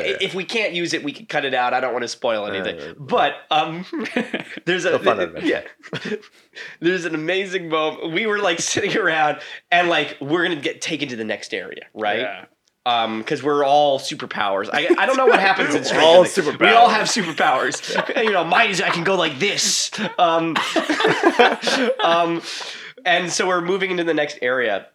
Speaker 1: yeah.
Speaker 2: If we can't use it, we can cut it out. I don't want to spoil anything.
Speaker 1: yeah.
Speaker 2: But um, there's a
Speaker 1: The fun of it.
Speaker 2: yeah. There's an amazing moment. We were like sitting around and like we're gonna get taken to the next area, right?
Speaker 3: Yeah.
Speaker 2: um because we're all superpowers i, I don't know what happens in Stranger
Speaker 1: all
Speaker 2: Things. we all
Speaker 1: superpowers.
Speaker 2: have superpowers you know mine is i can go like this um um and so we're moving into the next area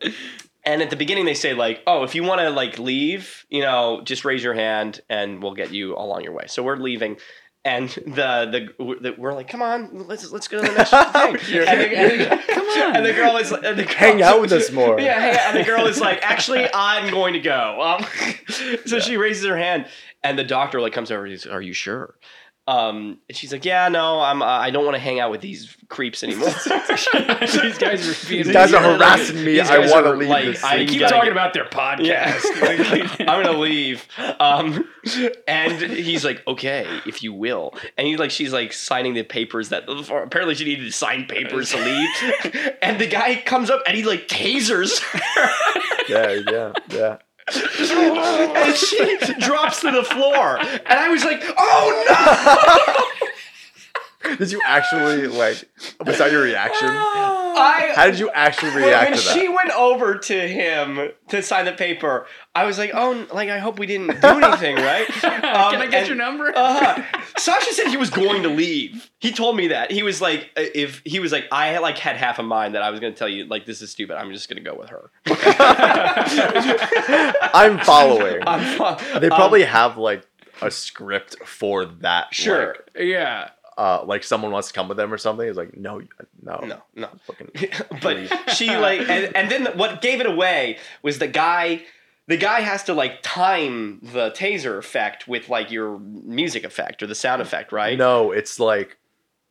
Speaker 2: and at the beginning they say like oh if you want to like leave you know just raise your hand and we'll get you along your way so we're leaving and the the, the we're like come on let's let's go to the next thing
Speaker 1: You're-
Speaker 2: and, the, and, the,
Speaker 3: Come on.
Speaker 2: and the girl is and the girl,
Speaker 1: Hang out with us more.
Speaker 2: yeah, hey, and the girl is like, actually, I'm going to go. Um, so she raises her hand, and the doctor like comes over. and He's, are you sure? Um, and she's like, yeah, no, I'm. Uh, I don't want to hang out with these creeps anymore.
Speaker 3: These guys are being
Speaker 1: These guys are
Speaker 2: Yeah, like,
Speaker 1: harassing me.
Speaker 2: these
Speaker 1: I
Speaker 2: guys
Speaker 1: want to
Speaker 2: are,
Speaker 1: leave
Speaker 2: like,
Speaker 1: this
Speaker 2: I
Speaker 1: scene.
Speaker 3: keep
Speaker 2: Yeah.
Speaker 3: talking about their podcast.
Speaker 2: Yeah, I'm gonna leave. Um, and he's like, okay, if you will. And he's like, she's like signing the papers that apparently she needed to sign papers to leave. And the guy comes up and he like tasers her.
Speaker 1: yeah, yeah, yeah.
Speaker 2: and she drops to the floor. And I was like, oh no!
Speaker 1: Did you actually like? Was that your reaction?
Speaker 2: I
Speaker 1: How did you actually
Speaker 2: when-
Speaker 1: react
Speaker 2: when
Speaker 1: to that?
Speaker 2: she went over to him to sign the paper, I was like, oh, like I hope we didn't do anything, right? Um,
Speaker 3: Can I get
Speaker 2: and-
Speaker 3: your number?
Speaker 2: Uh-huh. Sasha said he was going to leave. He told me that. He was like, uh, if he was like, I like had half a mind that I was going to tell you like this is stupid. I'm just going to go with her.
Speaker 1: I'm following.
Speaker 2: I'm fu-
Speaker 1: they
Speaker 2: um,
Speaker 1: probably have like a script for that.
Speaker 2: sure.
Speaker 1: Like,
Speaker 3: yeah.
Speaker 1: uh, like someone wants to come with them or something. It's like no, no,
Speaker 2: no, no.
Speaker 1: Fucking,
Speaker 2: but she like and, and then what gave it away was the guy the guy has to like time the taser effect with like your music effect or the sound effect right
Speaker 1: no, it's like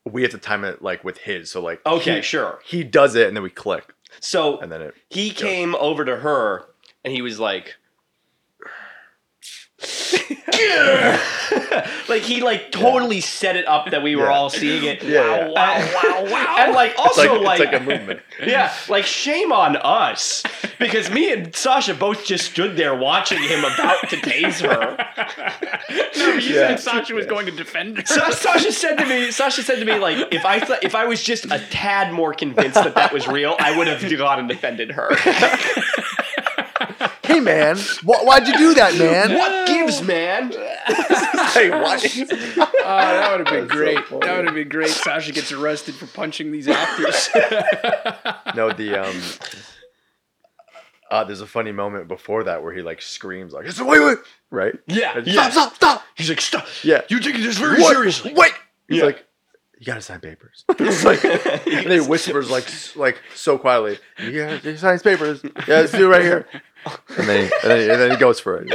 Speaker 1: we have to time it like with his. So like
Speaker 2: okay
Speaker 1: he,
Speaker 2: sure
Speaker 1: he does it and then we click
Speaker 2: so
Speaker 1: and then it.
Speaker 2: he came over to her and he was like like he like totally set it up that we were
Speaker 1: Yeah.
Speaker 2: all seeing it
Speaker 1: Yeah,
Speaker 3: Wow,
Speaker 2: yeah.
Speaker 3: wow, wow, wow.
Speaker 2: and like
Speaker 1: It's like,
Speaker 2: also
Speaker 1: it's like a movement.
Speaker 2: Yeah, like shame on us because me and Sasha both just stood there watching him about to tase her.
Speaker 3: no, but you
Speaker 1: Yeah.
Speaker 3: said Sasha was going to defend her.
Speaker 2: Sa- Sasha said to me, Sasha said to me, like if I thought if I was just a tad more convinced that that was real, I would have gone and defended her.
Speaker 1: hey man, wh- why'd you do that, man?
Speaker 2: what gives, man?
Speaker 1: Hey, what?
Speaker 3: Oh, that would have been
Speaker 1: That's so
Speaker 3: great.
Speaker 1: funny.
Speaker 3: that would have been great. Sasha gets arrested for punching these actors.
Speaker 1: no, the um. Uh, there's a funny moment before that where he like screams like, "It's wait, wait!" Right?
Speaker 2: Yeah,
Speaker 1: Stop! Stop! Stop!
Speaker 2: He's like, stop.
Speaker 1: Yeah.
Speaker 2: You take this very
Speaker 1: What?
Speaker 2: seriously.
Speaker 1: Wait. He's
Speaker 2: Yeah.
Speaker 1: like, you gotta sign papers. It's like, and they whispers like, s- like so quietly. You gotta sign these papers. Yeah, let's do it right here. And then, he, and then, and then he goes for it.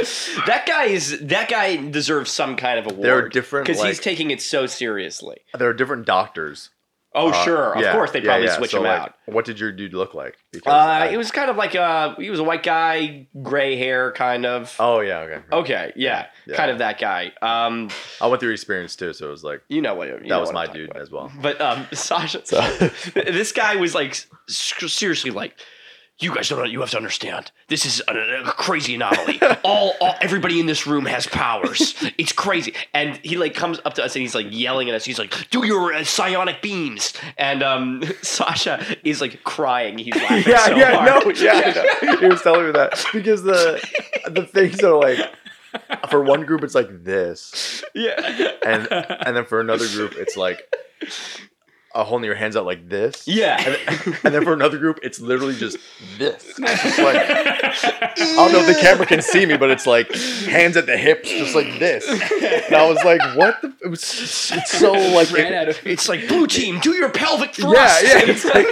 Speaker 2: That guy is that guy deserves some kind of award.
Speaker 1: There are different,
Speaker 2: because he's
Speaker 1: like-
Speaker 2: taking it so seriously.
Speaker 1: There are different doctors.
Speaker 2: Oh
Speaker 1: Uh,
Speaker 2: sure, of
Speaker 1: yeah,
Speaker 2: course they
Speaker 1: yeah,
Speaker 2: probably
Speaker 1: yeah.
Speaker 2: switch
Speaker 1: So,
Speaker 2: him
Speaker 1: like,
Speaker 2: out.
Speaker 1: What did your dude look like? Because
Speaker 2: Uh,
Speaker 1: I-
Speaker 2: it was kind of like a he was a white guy, gray hair, kind of.
Speaker 1: Oh yeah. Okay.
Speaker 2: okay, yeah,
Speaker 1: Yeah.
Speaker 2: kind of that guy. Um,
Speaker 1: I went through experience too, so it was like
Speaker 2: you know what? you know
Speaker 1: that was
Speaker 2: what
Speaker 1: my
Speaker 2: I'm talking
Speaker 1: dude
Speaker 2: about.
Speaker 1: as well.
Speaker 2: But um, Sasha,
Speaker 1: So-
Speaker 2: this guy was like s- seriously like. You guys don't. You have to understand. This is a, a crazy anomaly. all, all, everybody in this room has powers. It's crazy. And he like comes up to us and he's like yelling at us. He's like, "Do your uh, psionic beams." And um, Sasha is like crying. He's laughing
Speaker 1: yeah,
Speaker 2: so
Speaker 1: yeah,
Speaker 2: hard.
Speaker 1: no, yeah. I know. He was telling me that because the the things are like for one group it's like this,
Speaker 2: yeah.
Speaker 1: and and then for another group it's like a holding your hands out like this,
Speaker 2: Yeah.
Speaker 1: and then for another group it's literally just this. It's like, I don't know if the camera can see me, but it's like hands at the hips, just like this. And I was like, what? The, it was it's so like
Speaker 3: Ran out of
Speaker 2: It's like blue team, do your pelvic
Speaker 1: yeah,
Speaker 2: thrust.
Speaker 1: yeah. It's like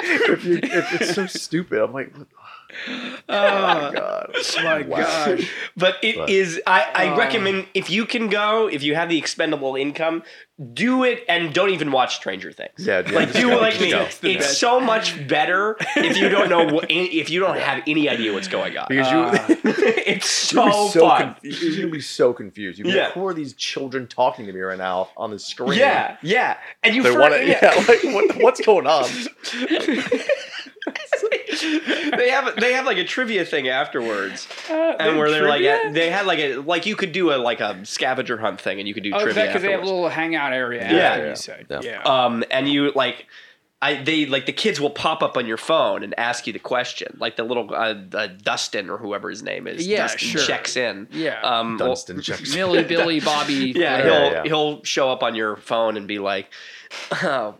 Speaker 1: if you if it's so stupid. I'm like, what-
Speaker 3: Uh,
Speaker 1: God.
Speaker 3: my
Speaker 1: Wow.
Speaker 3: gosh.
Speaker 2: But it is.
Speaker 1: But-
Speaker 2: I, I
Speaker 3: Oh.
Speaker 2: recommend if you can go, if you have the expendable income, do it and don't even watch Stranger Things.
Speaker 1: Yeah, yeah,
Speaker 2: like
Speaker 1: just
Speaker 2: do
Speaker 1: go,
Speaker 2: like
Speaker 1: just
Speaker 2: me.
Speaker 1: go.
Speaker 2: It's
Speaker 3: the best.
Speaker 2: so much better if you don't know what, if you don't have any idea what's going on.
Speaker 1: Because you,
Speaker 3: Uh,
Speaker 2: it's
Speaker 1: you'll be
Speaker 2: so,
Speaker 1: so
Speaker 2: fun.
Speaker 1: con- you're gonna be so confused. You'll be
Speaker 2: Yeah.
Speaker 1: like, who are these children talking to me right now on the screen?
Speaker 2: Yeah, yeah. And you
Speaker 1: They
Speaker 2: fir-
Speaker 1: want to, yeah. like, what, what's going on?
Speaker 2: they have they have like a trivia thing afterwards, and where they're like at- Uh, they had like a like you could do a like a scavenger hunt thing, and you could do
Speaker 3: Oh,
Speaker 2: trivia
Speaker 3: because they have a
Speaker 2: afterwards.
Speaker 3: little hangout area.
Speaker 1: Yeah,
Speaker 3: after
Speaker 1: yeah,
Speaker 3: you said.
Speaker 1: yeah.
Speaker 3: yeah.
Speaker 2: um, and you like. I, they like the kids will pop up on your phone and ask you the question, like the little uh, uh, Dustin or whoever his name is.
Speaker 3: Yeah,
Speaker 2: Dustin
Speaker 3: sure.
Speaker 2: checks in.
Speaker 3: Yeah.
Speaker 2: um, well-
Speaker 1: Dunstan checks.
Speaker 3: Millie, Billy, Bobby.
Speaker 2: Yeah,
Speaker 3: whatever.
Speaker 2: he'll
Speaker 1: yeah.
Speaker 2: he'll show up on your phone and be like, oh,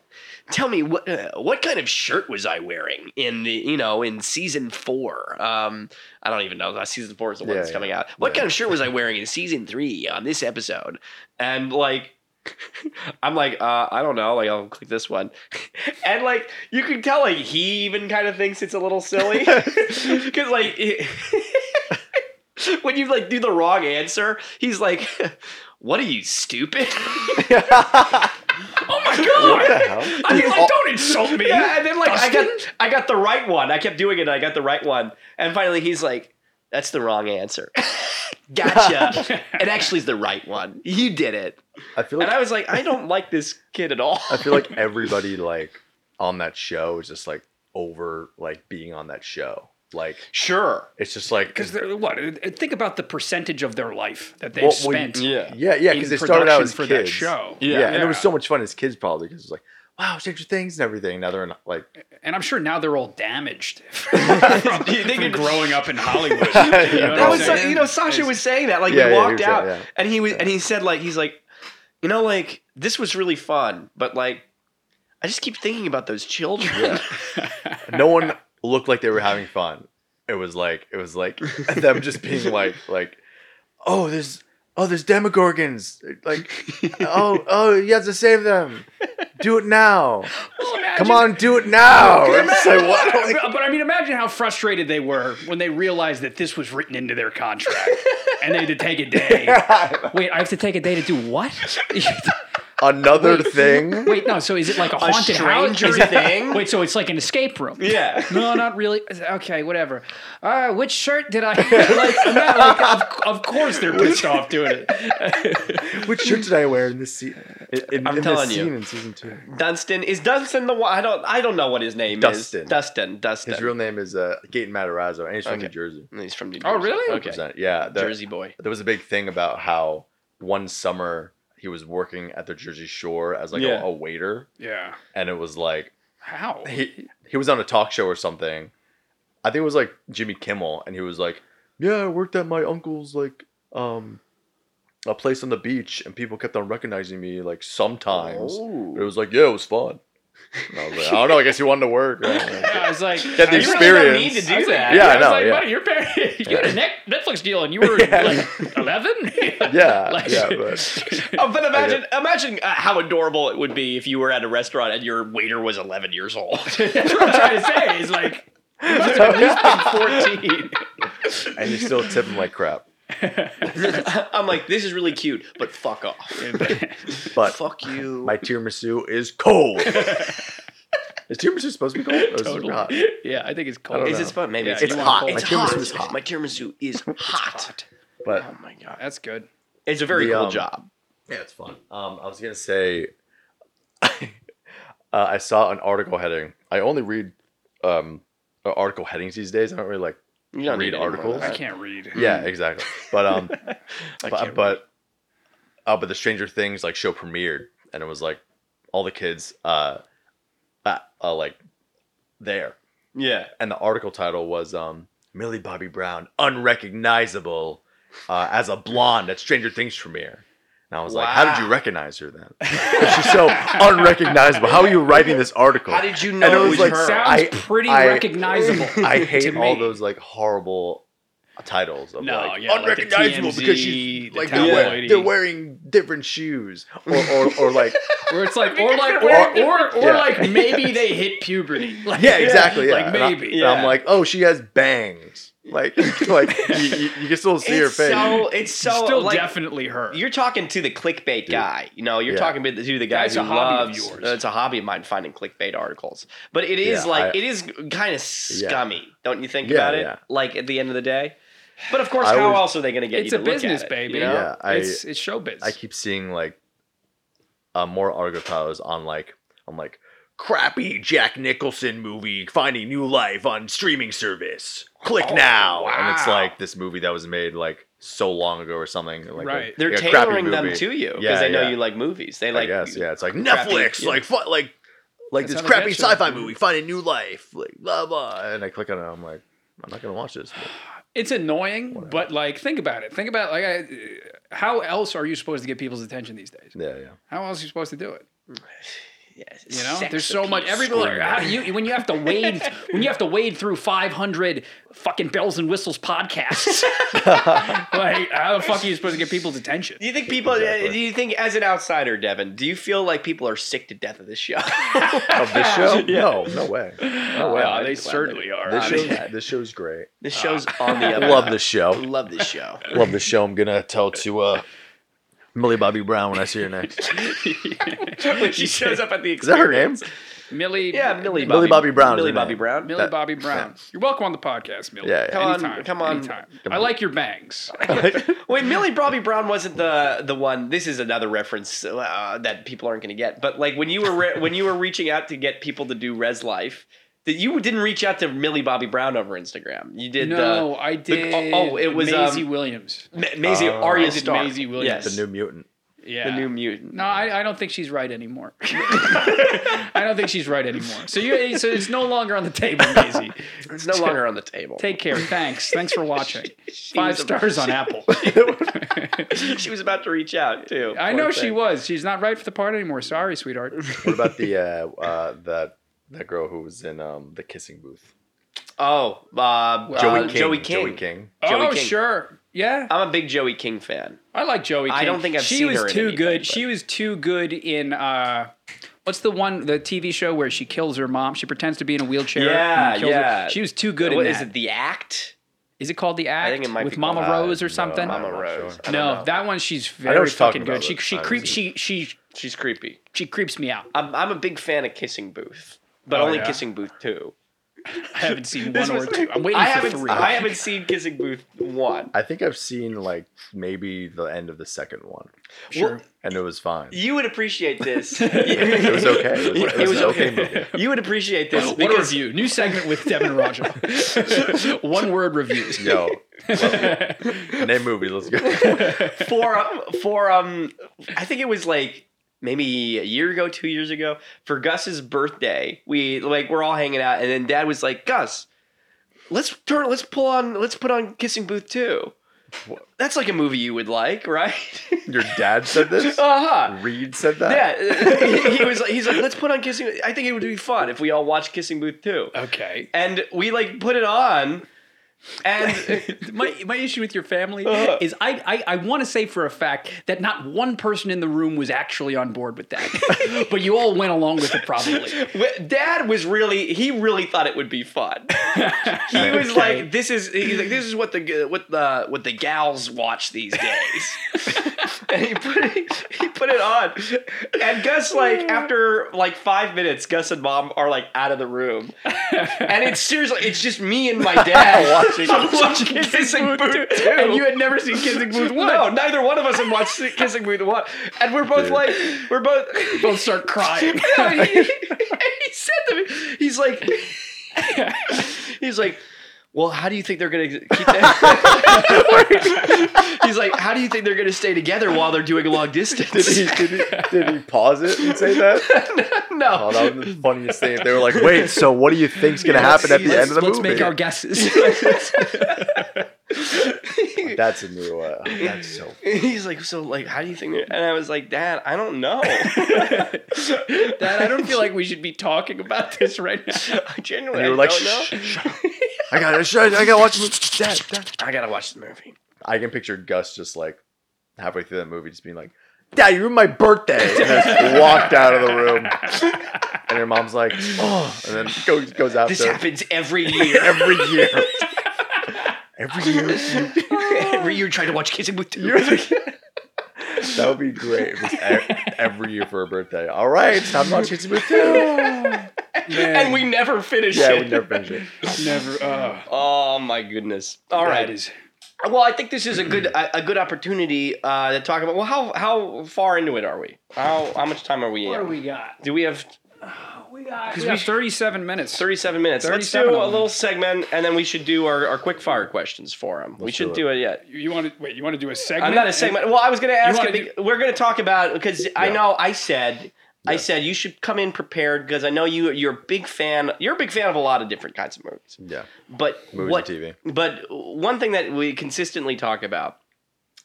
Speaker 2: "Tell me what uh, what kind of shirt was I wearing in the you know in season four? Um, I don't even know. Season four is the one
Speaker 1: Yeah,
Speaker 2: that's
Speaker 1: yeah.
Speaker 2: coming out. What
Speaker 1: Yeah.
Speaker 2: kind of shirt was I wearing in season three on this episode? And like." I'm like, uh, I don't know. Like, I'll click this one, and like, you can tell, like, he even kind of thinks it's a little silly, because like, it- when you like do the wrong answer, he's like, "What are you stupid?" oh my
Speaker 1: what the
Speaker 2: god!
Speaker 1: hell?
Speaker 3: I mean, like, don't insult me.
Speaker 2: Yeah, and then like I got
Speaker 3: Dustin?
Speaker 2: I got the right one. I kept doing it. and I got the right one, and finally he's like, "That's the wrong answer." gotcha. it actually is the right one. You did it,
Speaker 1: I feel
Speaker 2: and
Speaker 1: like
Speaker 2: I was like, "I don't like this kid at all."
Speaker 1: I feel like everybody like on that show is just like over like being on that show. Like
Speaker 2: Sure.
Speaker 1: it's just like
Speaker 3: Because they're what? uh, Think about the percentage of their life that they've
Speaker 1: Well, well,
Speaker 3: spent
Speaker 2: Yeah.
Speaker 1: yeah, yeah,
Speaker 3: in
Speaker 1: because they
Speaker 3: production
Speaker 1: started out as
Speaker 3: for
Speaker 1: kids.
Speaker 3: that show.
Speaker 1: Yeah,
Speaker 2: Yeah.
Speaker 1: and it was so much fun as kids probably because it's like wow, Stranger Things and everything. Now they're in, like
Speaker 3: And I'm sure now they're all damaged from, from
Speaker 2: could-
Speaker 3: growing up in Hollywood. You know what I'm
Speaker 2: That was
Speaker 3: saying?
Speaker 2: you know Sasha was saying that like
Speaker 1: Yeah, yeah,
Speaker 2: we
Speaker 1: he
Speaker 2: walked
Speaker 1: was saying-
Speaker 2: out
Speaker 1: yeah.
Speaker 2: and he was and he said like he's like you know like this was really fun but like I just keep thinking about those children.
Speaker 1: no one looked like they were having fun. It was like it was like them just being like like oh there's oh there's demogorgons like oh oh you have to save them. Do it now.
Speaker 3: Well,
Speaker 1: Come
Speaker 3: imagine-
Speaker 1: on, do it now. It's just like, what?
Speaker 3: But- but, I mean, imagine how frustrated they were when they realized that this was written into their contract and they had to take a day. Wait, I have to take a day to do what?
Speaker 1: Another
Speaker 3: Wait.
Speaker 1: thing.
Speaker 3: Wait, no. So is it like a haunted house?
Speaker 2: Stranger
Speaker 3: Is it-
Speaker 2: Thing?
Speaker 3: Wait, so it's like an escape room?
Speaker 2: Yeah.
Speaker 3: No, not really. Okay, whatever. Uh, which shirt did I? like, I'm not- like, of, of course they're pissed off doing it.
Speaker 1: Which shirt did I wear in this scene? In,
Speaker 2: I'm
Speaker 1: in
Speaker 2: telling
Speaker 1: this
Speaker 2: you.
Speaker 1: scene in season two.
Speaker 2: Dunstan is Dunstan the one I don't I don't know what his name
Speaker 1: Dustin.
Speaker 2: is. Dustin. Dustin.
Speaker 1: His real name is uh, Gaten Matarazzo, and he's from New
Speaker 2: Okay.
Speaker 1: Jersey.
Speaker 2: He's from New Jersey.
Speaker 3: Oh, really?
Speaker 2: Okay.
Speaker 1: Percent. Yeah, there,
Speaker 2: Jersey boy.
Speaker 1: there was a big thing about how one summer he was working at the Jersey Shore as like
Speaker 2: Yeah.
Speaker 1: a, a waiter,
Speaker 3: Yeah.
Speaker 1: and it was like
Speaker 3: How?
Speaker 1: he he was on a talk show or something. I think it was like Jimmy Kimmel, and he was like, "Yeah, I worked at my uncle's like um a place on the beach, and people kept on recognizing me like sometimes." But it was like, "Yeah, it was fun." And I was like, "I don't know. I guess you wanted to work." Right?
Speaker 3: Yeah, I was like,
Speaker 1: Get the
Speaker 2: You
Speaker 3: I really-
Speaker 2: really don't
Speaker 1: experience.
Speaker 2: need to
Speaker 3: I
Speaker 2: do
Speaker 3: was like-
Speaker 2: that.
Speaker 1: Yeah, I
Speaker 3: was
Speaker 1: know,
Speaker 3: like,
Speaker 1: yeah.
Speaker 3: buddy, your parents, you had a Net- Netflix deal and you were
Speaker 1: Yeah.
Speaker 3: like 11?
Speaker 1: Yeah, yeah, but-
Speaker 2: Oh, but imagine, imagine uh, how adorable it would be if you were at a restaurant and your waiter was 11 years old.
Speaker 3: That's what I'm trying to say. Is like, you must have at least been 14.
Speaker 1: and you still tip him like crap.
Speaker 2: I'm like, this is really cute, but fuck off.
Speaker 1: But
Speaker 2: Fuck you.
Speaker 1: my tiramisu is cold. is tiramisu supposed to be cold? Or is it
Speaker 3: Totally.
Speaker 1: not?
Speaker 3: Yeah, I think it's
Speaker 1: I
Speaker 3: cold.
Speaker 1: don't
Speaker 2: is
Speaker 1: know.
Speaker 2: it fun? Maybe
Speaker 3: Yeah,
Speaker 2: it's,
Speaker 3: it's
Speaker 2: fun.
Speaker 1: hot.
Speaker 2: It's
Speaker 1: My
Speaker 2: hot.
Speaker 1: tiramisu is hot.
Speaker 2: My tiramisu is hot.
Speaker 1: But
Speaker 2: Oh my god,
Speaker 3: That's good.
Speaker 2: it's a very
Speaker 1: The,
Speaker 2: cool
Speaker 1: um,
Speaker 2: job.
Speaker 1: Yeah, it's fun. Um, I was gonna say, uh, I saw an article heading. I only read um, uh, article headings these days. I don't really like.
Speaker 2: You don't
Speaker 1: read
Speaker 2: need any more of
Speaker 1: articles?
Speaker 3: I
Speaker 2: that.
Speaker 3: can't read.
Speaker 1: Yeah, exactly. But um,
Speaker 2: Hmm. I
Speaker 1: but
Speaker 2: can't
Speaker 1: but, uh, but the Stranger Things like show premiered, and it was like all the kids uh, uh, uh like there,
Speaker 2: Yeah.
Speaker 1: and the article title was um Millie Bobby Brown unrecognizable uh, as a blonde at Stranger Things premiere. And I was like, how did you
Speaker 2: Wow.
Speaker 1: recognize her then? She's so unrecognizable. How are you writing this article?
Speaker 2: How did you
Speaker 1: it
Speaker 2: know it
Speaker 1: was
Speaker 2: was,
Speaker 1: like
Speaker 2: her?
Speaker 3: Sounds
Speaker 1: I-
Speaker 3: pretty
Speaker 1: I-
Speaker 3: recognizable.
Speaker 1: I
Speaker 3: to
Speaker 1: hate
Speaker 3: me.
Speaker 1: all those like horrible titles of
Speaker 3: No,
Speaker 1: like
Speaker 3: yeah, like the
Speaker 1: unrecognizable
Speaker 3: TMZ,
Speaker 1: because she's
Speaker 3: the
Speaker 1: like they're, wear,
Speaker 3: tabloidy.
Speaker 1: they're wearing different shoes or or, or like
Speaker 3: Where it's like, or like, or
Speaker 1: wearing
Speaker 3: or, or
Speaker 1: Yeah.
Speaker 3: like maybe they hit puberty. Like,
Speaker 1: yeah exactly yeah.
Speaker 3: Like
Speaker 1: And I-
Speaker 3: maybe.
Speaker 1: and I'm
Speaker 2: Yeah.
Speaker 1: like oh she has bangs like like you, you, you can still see her
Speaker 2: it's
Speaker 1: face
Speaker 2: so it's so
Speaker 3: still
Speaker 2: like,
Speaker 3: definitely her.
Speaker 2: You're talking to the clickbait guy. You know, you're
Speaker 1: Yeah.
Speaker 2: talking to the, to the guy
Speaker 3: That's
Speaker 2: who
Speaker 3: a hobby of
Speaker 2: loves.
Speaker 3: yours.
Speaker 2: uh, It's a hobby of mine finding clickbait articles, but it is
Speaker 1: Yeah,
Speaker 2: like
Speaker 1: I-
Speaker 2: it is kind of scummy, don't you think
Speaker 1: Yeah,
Speaker 2: about it?
Speaker 1: yeah.
Speaker 2: Like at the end of the day. But of course,
Speaker 1: I
Speaker 2: how
Speaker 1: always-
Speaker 2: else are they going to get
Speaker 3: it's
Speaker 2: you
Speaker 3: a
Speaker 2: to look at
Speaker 3: business,
Speaker 2: it,
Speaker 3: baby.
Speaker 2: You know?
Speaker 1: Yeah, I-
Speaker 3: it's it's showbiz.
Speaker 1: I keep seeing like uh, more articles on like on like crappy Jack Nicholson movie finding new life on streaming service. Click
Speaker 3: Oh,
Speaker 1: now, and it's
Speaker 3: wow.
Speaker 1: like this movie that was made like so long ago or something. Like a-
Speaker 3: Right.
Speaker 2: They're
Speaker 1: like a crappy
Speaker 2: tailoring them
Speaker 1: movie.
Speaker 2: to you because
Speaker 1: Yeah,
Speaker 2: they know
Speaker 1: yeah.
Speaker 2: you like movies. They
Speaker 1: I
Speaker 2: like
Speaker 1: guess yeah, it's like
Speaker 2: crappy-
Speaker 1: Netflix,
Speaker 2: yeah.
Speaker 1: like fu- like like
Speaker 3: That's how
Speaker 1: this
Speaker 3: they
Speaker 1: crappy
Speaker 3: get you.
Speaker 1: sci-fi movie finding new life, like blah blah. And I click on it, I'm like, I'm not gonna watch this.
Speaker 3: it's annoying,
Speaker 1: Whatever.
Speaker 3: but like think about it. Think about like I, how else are you supposed to get people's attention these days?
Speaker 1: Yeah, yeah.
Speaker 3: How else are you supposed to do it?
Speaker 2: Yeah,
Speaker 3: You know,
Speaker 2: sex
Speaker 3: there's so
Speaker 2: appeal.
Speaker 3: much. Everybody,
Speaker 1: Screw
Speaker 3: how do you when you have to wade when you have to wade through 500 fucking bells and whistles podcasts? like how the fuck are you supposed to get people's attention?
Speaker 2: Do you think people?
Speaker 1: Exactly.
Speaker 2: Uh, do you think, as an outsider, Devin, do you feel like people are sick to death of this show?
Speaker 1: Of this show? No, no way. No way.
Speaker 3: Well,
Speaker 2: I
Speaker 3: Oh, they
Speaker 2: think-
Speaker 3: certainly are.
Speaker 1: this
Speaker 3: I
Speaker 1: show's
Speaker 3: mean,
Speaker 1: this show's great.
Speaker 2: this show's on the up.
Speaker 1: I love this show.
Speaker 2: Love this show.
Speaker 1: Love the show. I'm gonna tell to uh, Millie Bobby Brown when I see her next.
Speaker 2: when she shows up at the
Speaker 1: Is that her name?
Speaker 3: Millie,
Speaker 2: Yeah, Millie.
Speaker 1: Millie Bobby Brown is
Speaker 2: Millie
Speaker 1: her
Speaker 2: Bobby
Speaker 1: name.
Speaker 2: Brown.
Speaker 3: Millie
Speaker 1: That-
Speaker 3: Bobby Brown. You're welcome on the podcast, Millie.
Speaker 1: Yeah, yeah.
Speaker 2: Come on,
Speaker 3: Anytime,
Speaker 2: come on.
Speaker 3: anytime.
Speaker 1: Come
Speaker 3: I
Speaker 1: on.
Speaker 3: like your bangs.
Speaker 2: Wait, Millie Bobby Brown wasn't the the one. This is another reference uh, that people aren't going to get. But like when you were re- when you were reaching out to get people to do Res Life, that you didn't reach out to Millie Bobby Brown over Instagram. You did.
Speaker 3: no,
Speaker 2: uh,
Speaker 3: I did.
Speaker 2: oh, it was,
Speaker 3: Maisie
Speaker 2: um,
Speaker 3: Williams.
Speaker 2: Ma- Maisie
Speaker 1: Oh.
Speaker 2: Arya
Speaker 1: I did
Speaker 2: Stark.
Speaker 3: Maisie Williams.
Speaker 1: the New Mutant.
Speaker 3: Yeah,
Speaker 2: the new mutant.
Speaker 3: No, I, I don't think she's right anymore. I don't think she's right anymore. So you, so it's no longer on the table, Maisie.
Speaker 2: It's no longer on the table.
Speaker 3: Take care. Thanks. Thanks for watching.
Speaker 2: She
Speaker 3: Five
Speaker 2: was a-
Speaker 3: stars on Apple.
Speaker 2: she was about to reach out too.
Speaker 3: I
Speaker 2: Poor
Speaker 3: know
Speaker 2: thing.
Speaker 3: she was. She's not right for the part anymore. Sorry, sweetheart.
Speaker 1: What about the uh, uh, that that girl who was in um, the kissing booth?
Speaker 2: Oh, uh,
Speaker 3: Joey
Speaker 2: uh,
Speaker 3: King,
Speaker 2: Joey King.
Speaker 1: Joey King.
Speaker 2: Joey
Speaker 3: oh,
Speaker 2: King.
Speaker 3: sure. Yeah.
Speaker 2: I'm a big Joey King fan.
Speaker 3: I like Joey King.
Speaker 2: I don't think I've
Speaker 3: she
Speaker 2: seen
Speaker 3: was
Speaker 2: her in
Speaker 3: too
Speaker 2: anything,
Speaker 3: good.
Speaker 2: but-
Speaker 3: She was too good in uh what's the one the TV show where she kills her mom? She pretends to be in a wheelchair.
Speaker 2: Yeah,
Speaker 3: and kills her-
Speaker 2: yeah.
Speaker 3: She was too good
Speaker 2: What
Speaker 3: in
Speaker 2: is
Speaker 3: that.
Speaker 2: it? The Act?
Speaker 3: Is it called The Act?
Speaker 2: think it might
Speaker 3: with
Speaker 2: be
Speaker 3: Mama
Speaker 1: called-
Speaker 3: Rose
Speaker 1: Uh,
Speaker 3: or something?
Speaker 1: no,
Speaker 2: Mama
Speaker 1: I'm not sure.
Speaker 2: Rose. I don't
Speaker 3: No,
Speaker 2: know.
Speaker 3: that one she's
Speaker 1: know
Speaker 3: very
Speaker 1: what you're talking
Speaker 3: fucking good.
Speaker 1: about,
Speaker 3: She
Speaker 1: but
Speaker 3: she
Speaker 1: I
Speaker 3: creeps she
Speaker 1: haven't
Speaker 3: she
Speaker 2: she's creepy.
Speaker 3: she creeps me out.
Speaker 2: I'm, I'm a big fan of Kissing Booth, but
Speaker 3: Oh,
Speaker 2: only
Speaker 3: yeah.
Speaker 2: Kissing Booth two.
Speaker 3: I haven't seen
Speaker 2: This
Speaker 3: one or
Speaker 2: was-
Speaker 3: two. I'm waiting
Speaker 2: I
Speaker 3: for
Speaker 2: haven't.
Speaker 3: three.
Speaker 2: I haven't seen Kissing Booth one.
Speaker 1: I think I've seen like maybe the end of the second one,
Speaker 3: Sure.
Speaker 1: and it was fine.
Speaker 2: You would appreciate this.
Speaker 1: It was okay. It was, it
Speaker 2: It
Speaker 1: was
Speaker 2: was
Speaker 1: an okay. movie.
Speaker 2: You would appreciate this
Speaker 3: what a
Speaker 2: because
Speaker 3: review. New segment with Devin and Raja. one word reviews.
Speaker 1: Yo, name movies. Let's go.
Speaker 2: for for um I think it was like maybe a year ago, two years ago, for Gus's birthday, we like we're all hanging out, and then Dad was like, Gus, let's turn, let's pull on, let's put on Kissing Booth two. That's like a movie you would like, right?
Speaker 1: Your dad said
Speaker 2: uh
Speaker 1: this.
Speaker 2: huh.
Speaker 1: Reed said that.
Speaker 2: Yeah, he, he was like, he's like, let's put on Kissing. I think it would be fun if we all watch Kissing Booth two,
Speaker 3: Oh. Okay.
Speaker 2: and we like put it on, and
Speaker 3: my, my issue with your family
Speaker 2: Uh-huh.
Speaker 3: is I, I, I want to say for a fact that not one person in the room was actually on board with that, but you all went along with it probably.
Speaker 2: Wh- Dad was really he really thought it would be fun. he was
Speaker 3: Okay.
Speaker 2: like, "This is he's like this is what the g- what the what the gals watch these days." and he put it, he put it on, and Gus like after like five minutes, Gus and Mom are like out of the room, and it's seriously it's just me and my dad watching watching Kissing Booth two.
Speaker 3: And you had never seen Kissing Booth one.
Speaker 2: no, neither one of us had watched Kissing Booth one, and we're both
Speaker 1: Dude.
Speaker 2: like we're both
Speaker 3: Both start crying.
Speaker 2: no, he, and he said to me, he's like, he's like, well, how do you think they're gonna keep that? he's like, how do you think they're gonna stay together while they're doing a long
Speaker 1: Did
Speaker 2: distance?
Speaker 1: he, did, he, did he pause it and say that? Oh,
Speaker 2: no.
Speaker 1: that was the funniest thing. They were like, "Wait, so what do you think's gonna happen at the
Speaker 3: let's,
Speaker 1: end of the
Speaker 3: let's
Speaker 1: movie?"
Speaker 3: make our guesses.
Speaker 1: That's a new. Uh, that's so.
Speaker 2: He's like, so like, how do you think? they're-" And I was like, Dad, I don't know.
Speaker 3: Dad, I don't feel like we should be talking about this right now.
Speaker 2: I genuinely
Speaker 1: And you were
Speaker 2: I
Speaker 1: like,
Speaker 2: don't
Speaker 1: "Shh,
Speaker 2: know.
Speaker 1: shh, shut up. I gotta, shut- I gotta watch this. Dad, dad.
Speaker 2: I gotta watch the movie.
Speaker 1: I can picture Gus just like halfway through that movie, just being like, "Dad, you ruined my birthday," and just walked out of the room. And your mom's like, "Oh," and then goes goes out
Speaker 2: This
Speaker 1: there
Speaker 2: happens every year.
Speaker 1: every year. every year,
Speaker 2: every year, try to watch Kissing with Two.
Speaker 1: You're like- that would be great. If it's e- every year for her birthday. All right, time to watch Kids Move Too.
Speaker 2: and we never finish
Speaker 1: Yeah,
Speaker 2: it.
Speaker 1: we never finish it.
Speaker 3: never. Uh,
Speaker 2: Oh my goodness! All right.
Speaker 3: that is-
Speaker 2: well, I think this is a good a, a good opportunity uh, to talk about. Well, how how far into it are we? How how much time are we?
Speaker 3: What
Speaker 2: in?
Speaker 3: do we got?
Speaker 2: Do we have
Speaker 3: We got, we
Speaker 2: we-
Speaker 3: got 37 minutes.
Speaker 2: 37 minutes? Let's
Speaker 3: 37
Speaker 2: do
Speaker 3: of
Speaker 2: a
Speaker 3: them.
Speaker 2: little segment, and then we should do our, our quick fire questions for him. we
Speaker 1: Let's
Speaker 2: should
Speaker 1: do
Speaker 2: do it yet.
Speaker 3: You want to wait? You want to do a segment?
Speaker 2: I'm not a segment. Well, I was going to ask
Speaker 3: wanna
Speaker 2: it. Be- we're going to talk about because I
Speaker 1: Yeah.
Speaker 2: know I said I
Speaker 1: Yeah.
Speaker 2: said you should come in prepared because I know you you're a big fan. You're a big fan of a lot of different kinds of movies.
Speaker 1: Yeah,
Speaker 2: But
Speaker 1: movies
Speaker 2: what?
Speaker 1: and TV.
Speaker 2: But one thing that we consistently talk about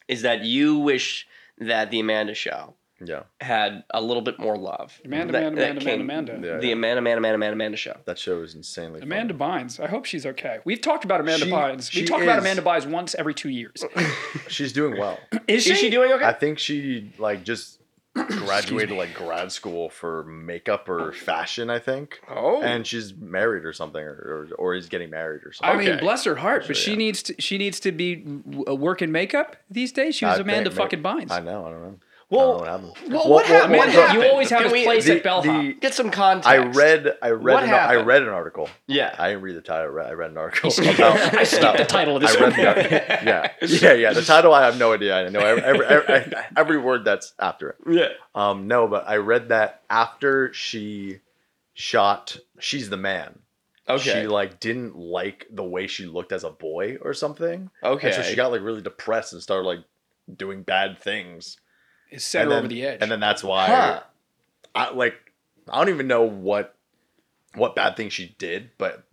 Speaker 2: is that you wish that the Amanda Show
Speaker 1: Yeah,
Speaker 2: had a little bit more love.
Speaker 3: Amanda,
Speaker 2: That-
Speaker 3: Amanda,
Speaker 2: that
Speaker 3: Amanda,
Speaker 2: came-
Speaker 3: Amanda, Amanda.
Speaker 1: yeah.
Speaker 2: The Amanda, Amanda, Amanda, Amanda, Amanda Show.
Speaker 1: that show was insanely. fun.
Speaker 3: Amanda Bynes. I hope she's okay. We've talked about Amanda
Speaker 1: She-
Speaker 3: Bynes. We
Speaker 1: she
Speaker 3: talk about
Speaker 1: is-
Speaker 3: Amanda Bynes once every two years.
Speaker 1: she's doing well.
Speaker 2: Is she, doing okay?
Speaker 1: I think she like just graduated like grad school for makeup or fashion. I think.
Speaker 2: oh,
Speaker 1: and she's married or something, or or, or is getting married or
Speaker 3: I
Speaker 1: something.
Speaker 3: mean,
Speaker 2: Okay.
Speaker 3: bless her heart, but
Speaker 1: Sure,
Speaker 3: she
Speaker 1: yeah.
Speaker 3: needs to she needs to be w- w- working makeup these days. She was
Speaker 1: I
Speaker 3: Amanda
Speaker 1: think
Speaker 3: fucking
Speaker 1: maybe-
Speaker 3: Bynes.
Speaker 1: I know. I don't know.
Speaker 2: well,
Speaker 1: I don't know what happened.
Speaker 2: well, what happened?
Speaker 1: what
Speaker 2: What
Speaker 3: Amanda,
Speaker 2: happened?
Speaker 3: you always have
Speaker 2: Can
Speaker 3: a
Speaker 2: we-
Speaker 3: place
Speaker 1: the-
Speaker 3: at bellhop.
Speaker 1: the-
Speaker 2: Get some context.
Speaker 1: I read. I read.
Speaker 2: What
Speaker 1: An, I
Speaker 2: happened?
Speaker 1: read an article.
Speaker 2: Yeah.
Speaker 1: I didn't read the title. I read, I read an article. about-
Speaker 3: I skipped
Speaker 1: about-
Speaker 3: the title of this
Speaker 1: I read
Speaker 3: one.
Speaker 1: the article. Yeah, yeah, yeah. The title. I have no idea. I know every every, every, every word that's after it.
Speaker 2: yeah.
Speaker 1: Um, no, but I read that after she shot "She's the Man,"
Speaker 2: Okay.
Speaker 1: she like didn't like the way she looked as a boy or something.
Speaker 2: okay.
Speaker 1: And so she got like really depressed and started like doing bad things.
Speaker 3: It set
Speaker 1: and
Speaker 3: her
Speaker 1: then,
Speaker 3: over the edge.
Speaker 1: And then that's why
Speaker 2: Huh.
Speaker 1: I like I don't even know what what bad thing she did, but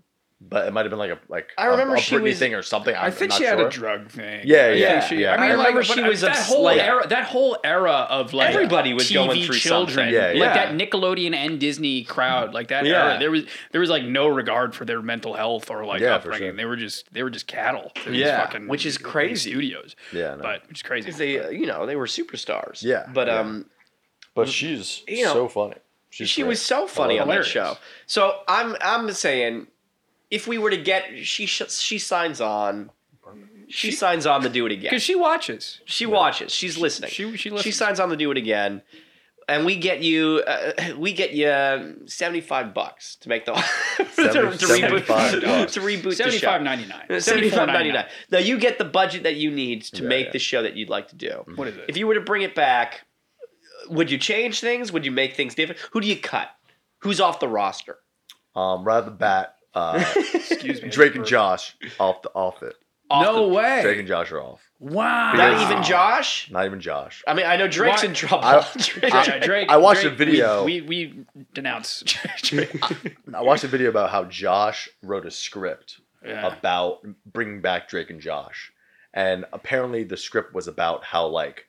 Speaker 1: but it might have been like a like
Speaker 2: I
Speaker 1: a-
Speaker 2: remember
Speaker 1: a,
Speaker 2: she
Speaker 1: Britney
Speaker 2: was-
Speaker 1: thing or something. I'm,
Speaker 3: I think
Speaker 1: not
Speaker 3: she
Speaker 1: sure.
Speaker 3: had a drug thing.
Speaker 1: Yeah,
Speaker 3: I
Speaker 1: yeah,
Speaker 3: think
Speaker 1: yeah.
Speaker 3: I mean,
Speaker 2: I remember
Speaker 3: like,
Speaker 2: she
Speaker 3: but
Speaker 2: was
Speaker 3: that
Speaker 2: obs-
Speaker 3: whole
Speaker 2: like-
Speaker 3: era. That whole era of like
Speaker 2: Everybody was
Speaker 3: TV
Speaker 2: going through
Speaker 3: children,
Speaker 2: something.
Speaker 1: Yeah, yeah.
Speaker 3: like that Nickelodeon and Disney crowd, like that
Speaker 2: Yeah.
Speaker 3: era. There was there was like no regard for their mental health or like
Speaker 1: Yeah, for
Speaker 3: upbringing.
Speaker 1: sure.
Speaker 3: They were just they were just cattle. They were just
Speaker 2: Yeah,
Speaker 3: fucking-
Speaker 2: which is
Speaker 3: they were
Speaker 2: crazy.
Speaker 3: Studios,
Speaker 1: Yeah, no. but,
Speaker 3: but which is crazy.
Speaker 2: Because they, uh, you know, they were superstars.
Speaker 1: Yeah,
Speaker 2: But
Speaker 1: yeah.
Speaker 2: um,
Speaker 1: she's
Speaker 2: You know,
Speaker 1: so funny. She's
Speaker 2: she
Speaker 1: great.
Speaker 2: was so funny on that
Speaker 3: Hilarious.
Speaker 2: show. So I'm, I'm saying, if we were to get, she, sh- she signs on. She, signs on to do it again.
Speaker 3: because
Speaker 2: She,
Speaker 3: she watches.
Speaker 2: watches. She's listening.
Speaker 3: She she
Speaker 2: She
Speaker 3: listens.
Speaker 2: signs on to do it again, and we get you, uh, we get you um, seventy five bucks to make the
Speaker 1: Seventy-
Speaker 2: to reboot,
Speaker 1: 75 bucks.
Speaker 2: to reboot the
Speaker 3: seventy
Speaker 2: show.
Speaker 3: five ninety nine.
Speaker 2: Seventy five ninety nine. Now you get the budget that you need to
Speaker 1: Yeah,
Speaker 2: make
Speaker 1: yeah.
Speaker 2: the show that you'd like to do.
Speaker 3: What is it?
Speaker 2: If you were to bring it back, would you change things? Would you make things different? Who do you cut? Who's off the roster?
Speaker 1: um right off the bat, uh,
Speaker 3: Excuse me.
Speaker 1: Drake and Josh off the off it.
Speaker 2: Off
Speaker 3: No
Speaker 2: the-
Speaker 3: way.
Speaker 1: Drake and Josh are off.
Speaker 3: wow.
Speaker 2: Not even Josh.
Speaker 1: Not even Josh.
Speaker 2: I mean, I know Drake's
Speaker 3: Why-
Speaker 2: in trouble.
Speaker 1: I-
Speaker 2: Drake-
Speaker 3: Yeah, Drake,
Speaker 1: I watched
Speaker 3: Drake,
Speaker 1: a video.
Speaker 3: We, we, we denounce. Drake.
Speaker 1: I watched a video about how Josh wrote a script
Speaker 3: Yeah.
Speaker 1: about bringing back Drake and Josh. And apparently the script was about how like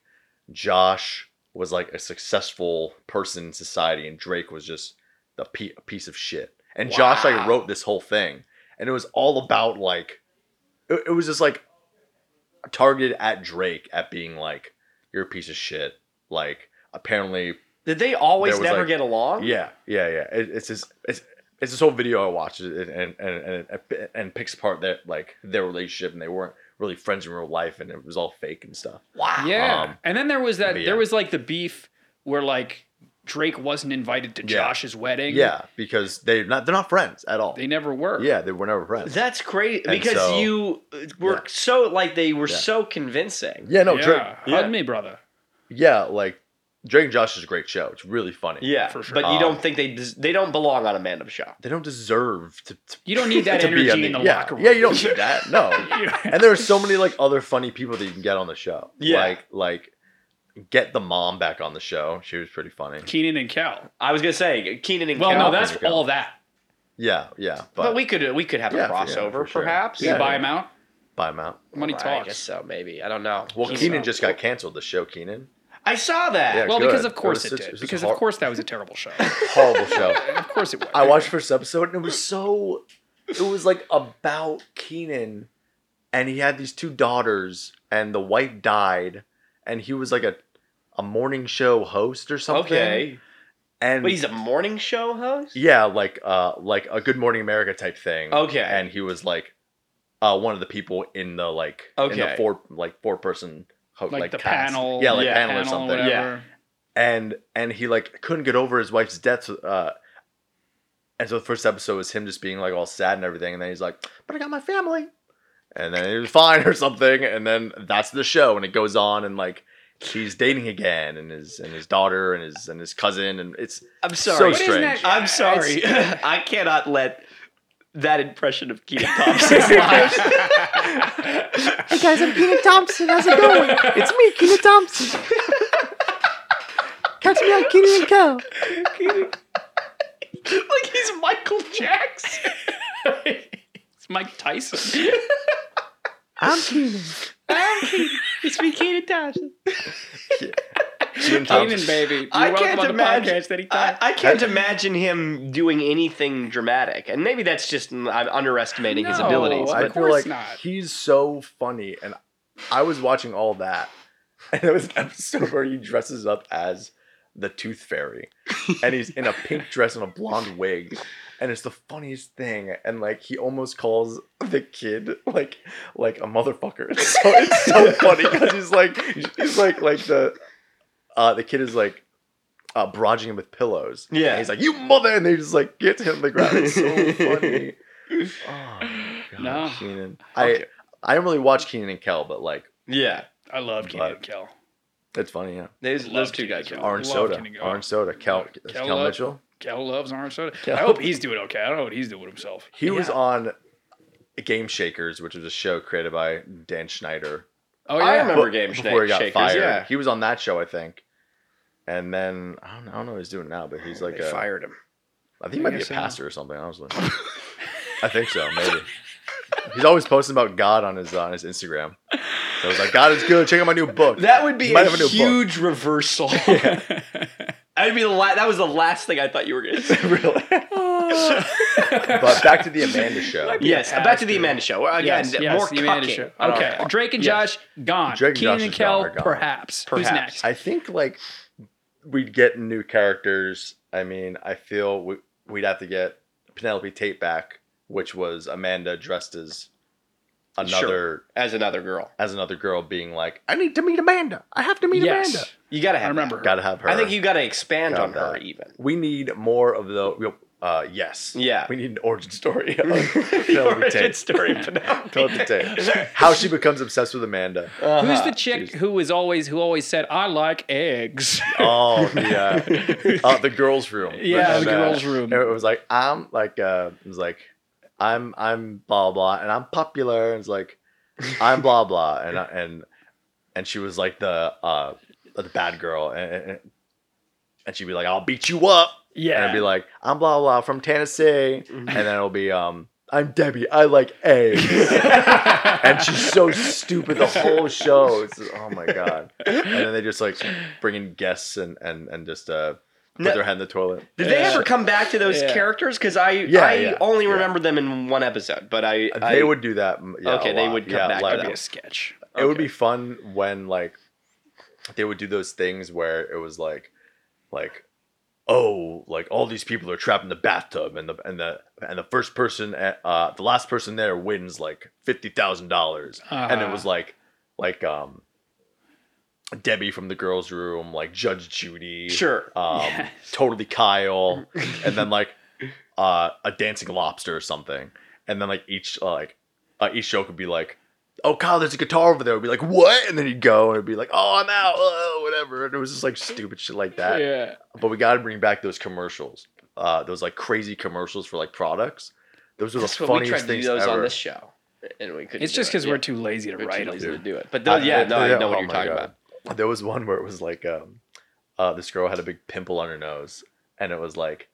Speaker 1: Josh was like a successful person in society and Drake was just the pe- a piece of shit. And Josh like
Speaker 2: Wow.
Speaker 1: wrote this whole thing and it was all about like it, it was just like targeted at Drake at being like you're a piece of shit. Like apparently
Speaker 2: Did they always
Speaker 1: There was,
Speaker 2: never
Speaker 1: like-
Speaker 2: get along?
Speaker 1: yeah, yeah, yeah. It, it's just it's it's this whole video I watched, and and and and, and picks apart their like their relationship, and they weren't really friends in real life, and it was all fake and stuff.
Speaker 2: Wow.
Speaker 3: Yeah.
Speaker 1: Um,
Speaker 3: and then there was that.
Speaker 1: but yeah.
Speaker 3: There was like the beef where like Drake wasn't invited to
Speaker 1: Yeah.
Speaker 3: Josh's wedding.
Speaker 1: Yeah, because they're not they're not friends at all.
Speaker 3: They never were.
Speaker 1: yeah, they were never friends.
Speaker 2: That's crazy
Speaker 1: And
Speaker 2: because
Speaker 1: so-
Speaker 2: you uh, were
Speaker 1: Yeah.
Speaker 2: so like they were
Speaker 1: Yeah.
Speaker 2: so convincing.
Speaker 1: yeah, no,
Speaker 3: yeah.
Speaker 1: Drake.
Speaker 3: Hug
Speaker 2: Yeah.
Speaker 3: me, brother.
Speaker 1: Yeah, like Drake and Josh is a great show. It's really funny.
Speaker 2: Yeah,
Speaker 3: For sure.
Speaker 2: but you
Speaker 1: Um,
Speaker 2: don't think they des- they don't belong on a man of show.
Speaker 1: they don't deserve to, to,
Speaker 3: You don't need that
Speaker 1: to be on
Speaker 3: energy in the
Speaker 1: yeah.
Speaker 3: locker room.
Speaker 1: Yeah, you don't need that. No,
Speaker 3: don't.
Speaker 1: and there are so many like other funny people that you can get on the show.
Speaker 2: Yeah.
Speaker 1: like like get the mom back on the show. She was pretty funny.
Speaker 3: Keenan and Cal.
Speaker 2: I was gonna say Keenan and
Speaker 3: Well,
Speaker 2: Cal.
Speaker 3: no, that's
Speaker 1: Keenan and Cal.
Speaker 3: all that.
Speaker 1: Yeah, yeah,
Speaker 2: but,
Speaker 1: but,
Speaker 2: we could we could have
Speaker 1: Yeah,
Speaker 2: a
Speaker 1: for- yeah,
Speaker 2: crossover
Speaker 1: for sure.
Speaker 2: perhaps.
Speaker 3: You
Speaker 1: Yeah.
Speaker 3: buy him out.
Speaker 1: buy him out.
Speaker 3: Money
Speaker 2: Right, I guess
Speaker 3: talks.
Speaker 2: so. Maybe I don't know.
Speaker 1: Well,
Speaker 2: Keenan-
Speaker 1: Keenan just got canceled. The show Keenan,
Speaker 2: I saw that.
Speaker 1: Yeah,
Speaker 3: Well, because
Speaker 1: Good.
Speaker 3: of course
Speaker 1: It
Speaker 3: it,
Speaker 1: was- it
Speaker 3: did.
Speaker 1: was
Speaker 3: Because
Speaker 1: hor-
Speaker 3: of course that was a terrible show.
Speaker 1: horrible show.
Speaker 3: of course it was.
Speaker 1: I watched the first episode and it was so it was like about Keenan, and he had these two daughters, and the wife died, and he was like a a morning show host or something.
Speaker 2: Okay.
Speaker 1: and
Speaker 2: But he's a morning show host?
Speaker 1: yeah, like uh, like a Good Morning America type thing.
Speaker 2: Okay.
Speaker 1: and he was like, uh, one of the people in the like in the
Speaker 2: Okay.
Speaker 1: four like four person ho-
Speaker 3: like, the
Speaker 1: cast.
Speaker 3: panel,
Speaker 1: yeah, like
Speaker 2: yeah,
Speaker 1: panel, or something.
Speaker 2: whatever. Yeah.
Speaker 1: and and he like couldn't get over his wife's death. so, Uh, and so the first episode was him just being like all sad and everything, and then he's like, "But I got my family," and then it was fine or something, and then that's the show, and it goes on, and like he's dating again, and his and his daughter, and his and his cousin, and it's
Speaker 2: I'm
Speaker 1: so
Speaker 2: sorry.
Speaker 3: But isn't
Speaker 1: strange.
Speaker 3: that-
Speaker 2: I'm sorry. I cannot let that impression of Keaton Thompson slide.
Speaker 4: Hey guys, I'm Keenan Thompson. How's it going? It's me, Keenan Thompson. Catch me on Keenan and Co.
Speaker 2: like he's Michael Jackson.
Speaker 3: It's Mike Tyson.
Speaker 4: I'm Keenan.
Speaker 2: it's me, Keaton Thompson.
Speaker 1: Keenan
Speaker 3: Keenan,
Speaker 1: Thompson-
Speaker 3: baby. You're
Speaker 2: I
Speaker 3: welcome
Speaker 2: can't
Speaker 3: on the
Speaker 2: imagine.
Speaker 3: podcast anytime.
Speaker 2: I, I can't imagine him doing anything dramatic, and maybe that's just mm, I'm underestimating his
Speaker 3: No,
Speaker 2: abilities.
Speaker 3: I-
Speaker 1: I
Speaker 2: But
Speaker 3: Of
Speaker 1: feel
Speaker 3: course
Speaker 1: like
Speaker 3: not.
Speaker 1: he's so funny, and I was watching all that, and there was an episode where he dresses up as the Tooth Fairy, and he's in a pink dress and a blonde wig, and it's the funniest thing. And like he almost calls the kid like like a motherfucker. It's so, it's so funny because he's like he's like like the uh, the kid is like. Uh, barraging him with pillows.
Speaker 2: Yeah.
Speaker 1: And he's like, you mother! And they just like get him on the ground. It's so funny. Oh, God,
Speaker 3: No.
Speaker 1: Keenan. I I don't really watch Keenan and Kel, but like
Speaker 2: yeah,
Speaker 3: I love Keenan
Speaker 1: But-
Speaker 3: Kel.
Speaker 1: it's funny, yeah.
Speaker 2: those,
Speaker 3: Love
Speaker 2: those two
Speaker 3: Keaton
Speaker 2: guys.
Speaker 3: Thompson.
Speaker 2: Are,
Speaker 1: Orange
Speaker 3: love
Speaker 1: soda,
Speaker 3: Keenan and Kel.
Speaker 1: orange soda. Kel,
Speaker 3: Kel
Speaker 1: Kel,
Speaker 3: loved-
Speaker 1: Mitchell.
Speaker 3: Kel loves orange soda.
Speaker 1: Kel-
Speaker 3: I hope he's doing okay. I don't know what he's doing with himself.
Speaker 1: He was
Speaker 2: Yeah.
Speaker 1: on Game Shakers, which was a show created by Dan Schneider.
Speaker 3: Oh
Speaker 2: I
Speaker 3: yeah,
Speaker 2: remember
Speaker 1: But-
Speaker 2: Game
Speaker 1: before he got
Speaker 2: Shakers.
Speaker 1: fired.
Speaker 2: Yeah,
Speaker 1: He was on that show, I think. And then I don't, I don't know what he's doing now, but he's like uh,
Speaker 2: they
Speaker 1: a,
Speaker 2: fired him.
Speaker 1: I think he
Speaker 3: I
Speaker 1: might be a
Speaker 3: guess so.
Speaker 1: pastor or something. Honestly, I think so. Maybe he's always posting about God on his uh, on his Instagram. So I was like, God is good. Check out my new book.
Speaker 2: That would be
Speaker 1: Might
Speaker 2: a
Speaker 1: have a new book.
Speaker 2: huge reversal. I'd be the la- that was the last thing I thought you were going to say.
Speaker 1: really. But back to the Amanda show.
Speaker 3: be a
Speaker 2: yes, back to the
Speaker 3: pastor.
Speaker 2: Amanda show. Again,
Speaker 3: yes,
Speaker 2: more
Speaker 3: yes, the Amanda
Speaker 2: cucking.
Speaker 3: show.
Speaker 2: I don't
Speaker 3: Okay,
Speaker 2: know.
Speaker 3: Drake and
Speaker 2: Yes.
Speaker 3: Josh gone.
Speaker 1: Drake and
Speaker 3: Keenan
Speaker 1: Josh
Speaker 3: and
Speaker 1: is
Speaker 3: Kel,
Speaker 1: gone, are gone.
Speaker 3: perhaps. Who's
Speaker 2: Perhaps.
Speaker 3: next?
Speaker 1: I think like we'd get new characters. I mean, I feel we, we'd have to get Penelope Tate back, which was Amanda dressed as another
Speaker 2: Sure. as another girl.
Speaker 1: as another girl, being like,
Speaker 4: I need to meet Amanda. I have to meet
Speaker 3: yes,
Speaker 4: Amanda.
Speaker 2: You got to
Speaker 3: I
Speaker 2: have.
Speaker 3: remember.
Speaker 2: that.
Speaker 3: her.
Speaker 1: "Gotta have her."
Speaker 2: I think you got to expand
Speaker 1: Got
Speaker 2: on her
Speaker 1: that.
Speaker 2: even.
Speaker 1: We need more of the. Uh, yes.
Speaker 2: Yeah.
Speaker 1: We need an origin story. of
Speaker 2: the
Speaker 1: Penelope
Speaker 2: origin
Speaker 1: Tate.
Speaker 2: story of Penelope.
Speaker 1: Penelope Tate. How she becomes obsessed with Amanda.
Speaker 3: Who's
Speaker 2: Uh-huh.
Speaker 3: the chick who was always who always said I like eggs?
Speaker 1: Oh the uh, uh, the girls' room.
Speaker 3: Yeah,
Speaker 1: And,
Speaker 3: the
Speaker 1: uh,
Speaker 3: girls' room.
Speaker 1: It was like I'm like uh, it was like I'm I'm blah blah, and I'm popular, and it's like I'm blah blah, and I- and and she was like the uh the bad girl, and and, and she'd be like I'll beat you up, and I'd be like I'm blah blah from Tennessee, and
Speaker 2: Mm-hmm.
Speaker 1: then it'll be um I'm Debbie, I like eggs, and she's so stupid the whole show. It's just, oh my god, and then they just like bring in guests and and and just uh. Put
Speaker 2: No.
Speaker 1: their head in the toilet.
Speaker 2: Did they
Speaker 3: Yeah.
Speaker 2: ever come back to those
Speaker 3: Yeah.
Speaker 2: characters? Because I
Speaker 1: Yeah,
Speaker 2: I
Speaker 1: yeah,
Speaker 2: only
Speaker 1: yeah.
Speaker 2: remember them in one episode, but I,
Speaker 1: They
Speaker 2: I-
Speaker 1: would do that. mm, Yeah,
Speaker 2: Okay,
Speaker 1: a
Speaker 2: they
Speaker 1: lot.
Speaker 2: would come
Speaker 1: yeah,
Speaker 2: back to
Speaker 1: like,
Speaker 3: That'd be
Speaker 2: that.
Speaker 3: a sketch.
Speaker 1: It would
Speaker 2: Okay.
Speaker 1: be fun when like they would do those things where it was like, like, oh, like all these people are trapped in the bathtub, and the and the and the first person, at, uh, the last person there wins like fifty thousand dollars, and it
Speaker 3: Uh-huh.
Speaker 1: was like, like um, Debbie from the girls' room, like Judge Judy,
Speaker 2: sure.
Speaker 1: um,
Speaker 3: Yes.
Speaker 1: totally Kyle, and then like uh, a dancing lobster or something, and then like each uh, like uh, each show could be like, oh Kyle, there's a guitar over there. Would be like what, and then he'd go and it'd be like, oh I'm out, oh, whatever, and it was just like stupid shit like that.
Speaker 3: Uh-huh. yeah.
Speaker 1: But we got to bring back those commercials, uh, those like crazy commercials for like products. Those are the
Speaker 2: That's what we tried
Speaker 1: funniest
Speaker 2: to do
Speaker 1: things
Speaker 2: those
Speaker 1: ever.
Speaker 2: on this show, and we could.
Speaker 3: It's just because we're too lazy to
Speaker 2: we're
Speaker 3: write
Speaker 2: too
Speaker 3: them.
Speaker 2: lazy to
Speaker 3: dude.
Speaker 2: do it. But those,
Speaker 1: I-
Speaker 2: yeah,
Speaker 1: they-
Speaker 2: no, I
Speaker 1: they-
Speaker 2: know what
Speaker 1: oh
Speaker 2: you're
Speaker 1: my
Speaker 2: talking
Speaker 1: God. There was one where it was like um, uh, this girl had a big pimple on her nose, and it was like,